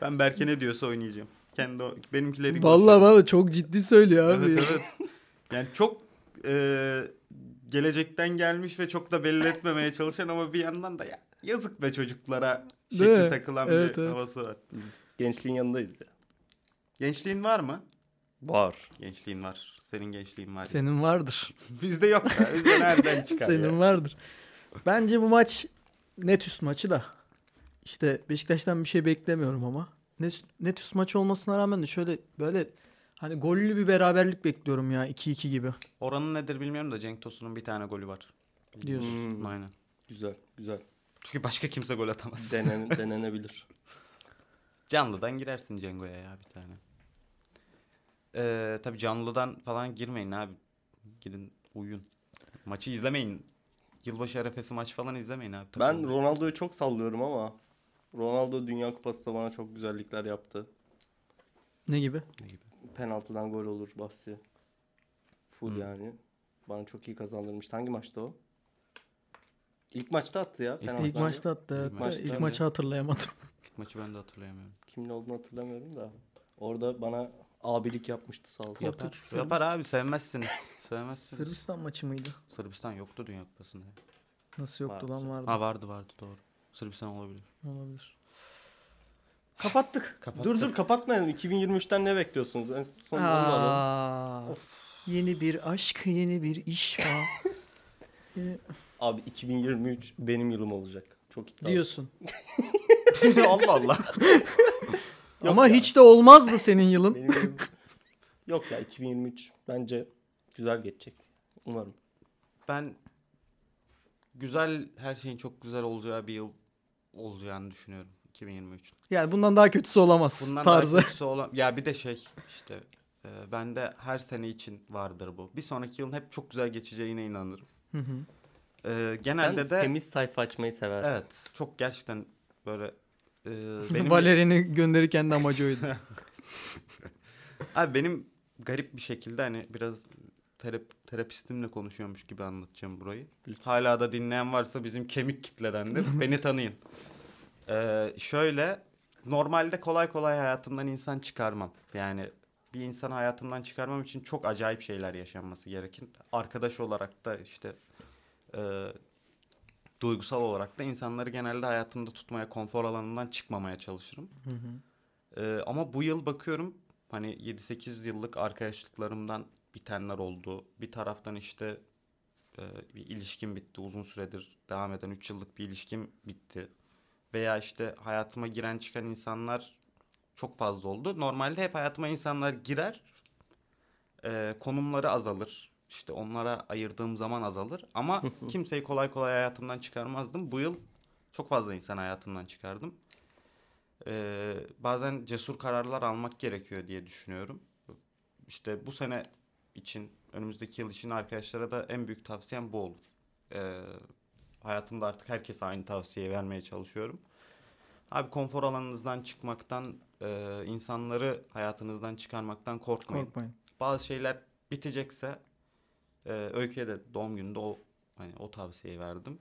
Speaker 3: ben Berke ne diyorsa oynayacağım. Kendi o- benimkileri
Speaker 1: Vallahi vallahi çok ciddi söylüyor abi.
Speaker 3: Evet evet. Yani çok e, gelecekten gelmiş ve çok da belli etmemeye çalışan ama bir yandan da ya, yazık be çocuklara
Speaker 1: Değil mi?
Speaker 3: şekil takılan
Speaker 1: Evet,
Speaker 3: bir
Speaker 1: evet.
Speaker 3: havası var.
Speaker 2: Biz gençliğin yanındayız ya.
Speaker 3: Gençliğin var mı?
Speaker 2: Var.
Speaker 3: Gençliğin var. Senin gençliğin var. ya.
Speaker 1: Senin vardır.
Speaker 3: Bizde yok. Ya. Bizde nereden çıkar?
Speaker 1: Senin
Speaker 3: ya?
Speaker 1: vardır. Bence bu maç net üst maçı da. İşte Beşiktaş'tan bir şey beklemiyorum ama. Net, net üst maçı olmasına rağmen de şöyle böyle hani gollü bir beraberlik bekliyorum ya 2-2 gibi.
Speaker 3: Oranı nedir bilmiyorum da Cenk Tosun'un bir tane golü var. Hmm.
Speaker 1: Diyorsun.
Speaker 3: Aynen.
Speaker 2: Güzel, güzel.
Speaker 3: Çünkü başka kimse gol atamaz.
Speaker 2: Denen, denenebilir.
Speaker 3: Canlıdan girersin Cengo'ya ya bir tane. Ee, tabii canlıdan falan girmeyin abi. Gidin uyuyun. Maçı izlemeyin. Yılbaşı arefesi maç falan izlemeyin abi.
Speaker 2: Ben
Speaker 3: Takılın.
Speaker 2: Ronaldo'yu çok sallıyorum ama Ronaldo Dünya Kupası'da bana çok güzellikler yaptı.
Speaker 1: Ne gibi?
Speaker 2: Penaltıdan gol olur bahsi. Full
Speaker 3: Hı.
Speaker 2: yani. Bana çok iyi kazandırmıştı. Hangi maçta o? İlk maçta attı ya.
Speaker 3: İlk-
Speaker 2: penaltıdan.
Speaker 1: İlk maçta hatta
Speaker 3: İlk
Speaker 1: ilk,
Speaker 2: maçta mı?
Speaker 1: maçı hatırlayamadım.
Speaker 3: İlk maçı ben de hatırlayamıyorum.
Speaker 2: Kimle olduğunu hatırlamıyorum da. Orada bana abilik yapmıştı sağ olsun.
Speaker 1: Yapar.
Speaker 3: Yapar,
Speaker 1: Portekiz,
Speaker 3: yapar
Speaker 1: Sırbistan-
Speaker 3: abi sevmezsiniz. sevmezsiniz.
Speaker 1: Sırbistan maçı mıydı?
Speaker 3: Sırbistan yoktu Dünya Kupası'nda. ya.
Speaker 1: Nasıl yoktu
Speaker 2: Vardı.
Speaker 1: lan vardı.
Speaker 3: Ha vardı vardı doğru. Sırbistan olabilir.
Speaker 1: Olabilir. Kapattık.
Speaker 2: Dur dur kapatmayalım. 2023'ten ne bekliyorsunuz? En son onu da alalım.
Speaker 1: Aa, yeni bir aşk, yeni bir iş var. Yeni-
Speaker 2: Abi 2023 benim yılım olacak. Çok iddialı.
Speaker 1: diyorsun.
Speaker 3: Allah Allah.
Speaker 2: Yok
Speaker 1: Ama
Speaker 2: ya.
Speaker 1: hiç de olmazdı senin yılın.
Speaker 2: Benim yılım- Yok ya 2023 bence güzel geçecek. Umarım.
Speaker 3: Ben güzel her şeyin çok güzel olacağı bir yıl olacağını düşünüyorum 2023.
Speaker 1: Yani bundan daha kötüsü olamaz
Speaker 3: Bundan
Speaker 1: tarzı.
Speaker 3: daha kötüsü olan ya bir de şey işte e, bende her sene için vardır bu. Bir sonraki yılın hep çok güzel geçeceğine inanırım.
Speaker 1: Hı hı.
Speaker 3: E, genelde de
Speaker 2: temiz sayfa açmayı seversin.
Speaker 3: evet çok gerçekten böyle e, benim
Speaker 1: Valerian'ı gönderirken de amacı oydu.
Speaker 3: Abi benim garip bir şekilde hani biraz terap terapistimle konuşuyormuş gibi anlatacağım burayı. Hala da dinleyen varsa bizim kemik kitledendir. Beni tanıyın. Ee, şöyle normalde kolay kolay hayatımdan insan çıkarmam. Yani bir insan hayatımdan çıkarmam için çok acayip şeyler yaşanması gerekir. Arkadaş olarak da işte e, duygusal olarak da insanları genelde hayatımda tutmaya, konfor alanından çıkmamaya çalışırım.
Speaker 1: Hı hı.
Speaker 3: Ee, ama bu yıl bakıyorum hani 7-8 yıllık arkadaşlıklarımdan bitenler oldu. Bir taraftan işte e, bir ilişkim bitti. Uzun süredir devam eden 3 yıllık bir ilişkim bitti. Veya işte hayatıma giren çıkan insanlar çok fazla oldu. Normalde hep hayatıma insanlar girer. e, konumları azalır. İşte onlara ayırdığım zaman azalır. Ama kimseyi kolay kolay hayatımdan çıkarmazdım. Bu yıl çok fazla insan hayatımdan çıkardım. Ee, bazen cesur kararlar almak gerekiyor diye düşünüyorum. İşte bu sene için, önümüzdeki yıl için arkadaşlara da en büyük tavsiyem bu olur. Ee, hayatımda artık herkese aynı tavsiyeyi vermeye çalışıyorum. Abi konfor alanınızdan çıkmaktan, e, insanları hayatınızdan çıkarmaktan korkmayın.
Speaker 1: Korkmayın.
Speaker 3: Bazı şeyler bitecekse, e, Öykü'ye de doğum gününde o hani o tavsiyeyi verdim.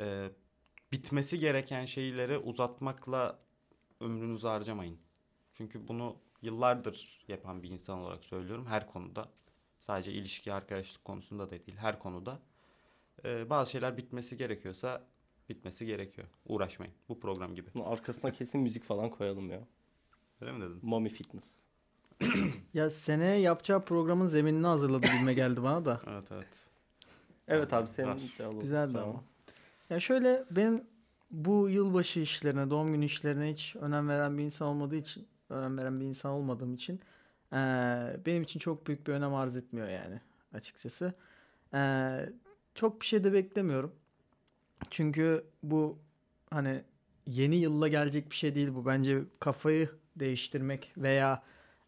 Speaker 3: E, bitmesi gereken şeyleri uzatmakla ömrünüzü harcamayın. Çünkü bunu yıllardır yapan bir insan olarak söylüyorum her konuda. Sadece ilişki, arkadaşlık konusunda da değil, her konuda. Ee, bazı şeyler bitmesi gerekiyorsa bitmesi gerekiyor. Uğraşmayın. Bu program gibi.
Speaker 2: Bunun arkasına kesin müzik falan koyalım ya.
Speaker 3: Öyle mi dedin?
Speaker 2: Mommy Fitness.
Speaker 1: Ya seneye yapacağı programın zeminini hazırladı gibime geldi bana da.
Speaker 3: Evet evet.
Speaker 2: Evet abi senin
Speaker 3: Var.
Speaker 2: iddialı.
Speaker 1: Güzeldi ama. Ya şöyle ben bu yılbaşı işlerine, doğum günü işlerine hiç önem veren bir insan olmadığı için, önem veren bir insan olmadığım için eee, benim için çok büyük bir önem arz etmiyor yani açıkçası. Eee, çok bir şey de beklemiyorum. Çünkü bu hani yeni yılla gelecek bir şey değil bu. Bence kafayı değiştirmek veya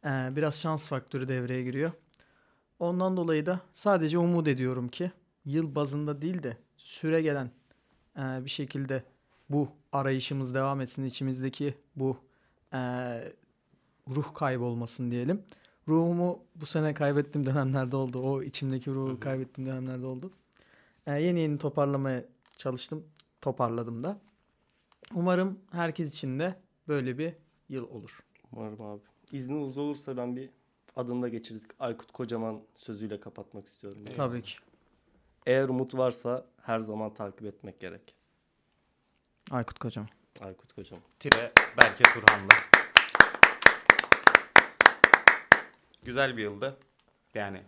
Speaker 1: eee, biraz şans faktörü devreye giriyor. Ondan dolayı da sadece umut ediyorum ki yıl bazında değil de süre gelen e, bir şekilde bu arayışımız devam etsin. içimizdeki bu e, ruh kaybolmasın diyelim. Ruhumu bu sene kaybettiğim dönemlerde oldu. O içimdeki ruhu kaybettiğim dönemlerde oldu. E, yeni yeni toparlamaya çalıştım. Toparladım da. Umarım herkes için de böyle bir yıl olur.
Speaker 2: Umarım abi. İzniniz olursa ben bir adını da geçirdik. Aykut Kocaman sözüyle kapatmak istiyorum. Yani.
Speaker 1: Tabii ki.
Speaker 2: Eğer umut varsa her zaman takip etmek gerek.
Speaker 1: Aykut Kocam.
Speaker 2: Aykut Kocaman.
Speaker 3: Tire Berke Turhanlı. Güzel bir yıldı. Yani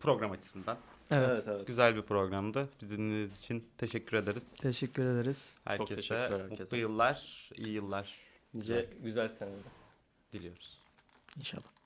Speaker 3: program açısından.
Speaker 1: evet.
Speaker 2: evet. evet.
Speaker 3: Güzel bir programdı. Bizi dinlediğiniz için teşekkür ederiz.
Speaker 1: Teşekkür ederiz.
Speaker 3: Herkese
Speaker 2: teşekkürler herkese.
Speaker 3: mutlu yıllar, iyi yıllar
Speaker 2: Nice güzel seneler.
Speaker 3: diliyoruz.
Speaker 1: İnşallah.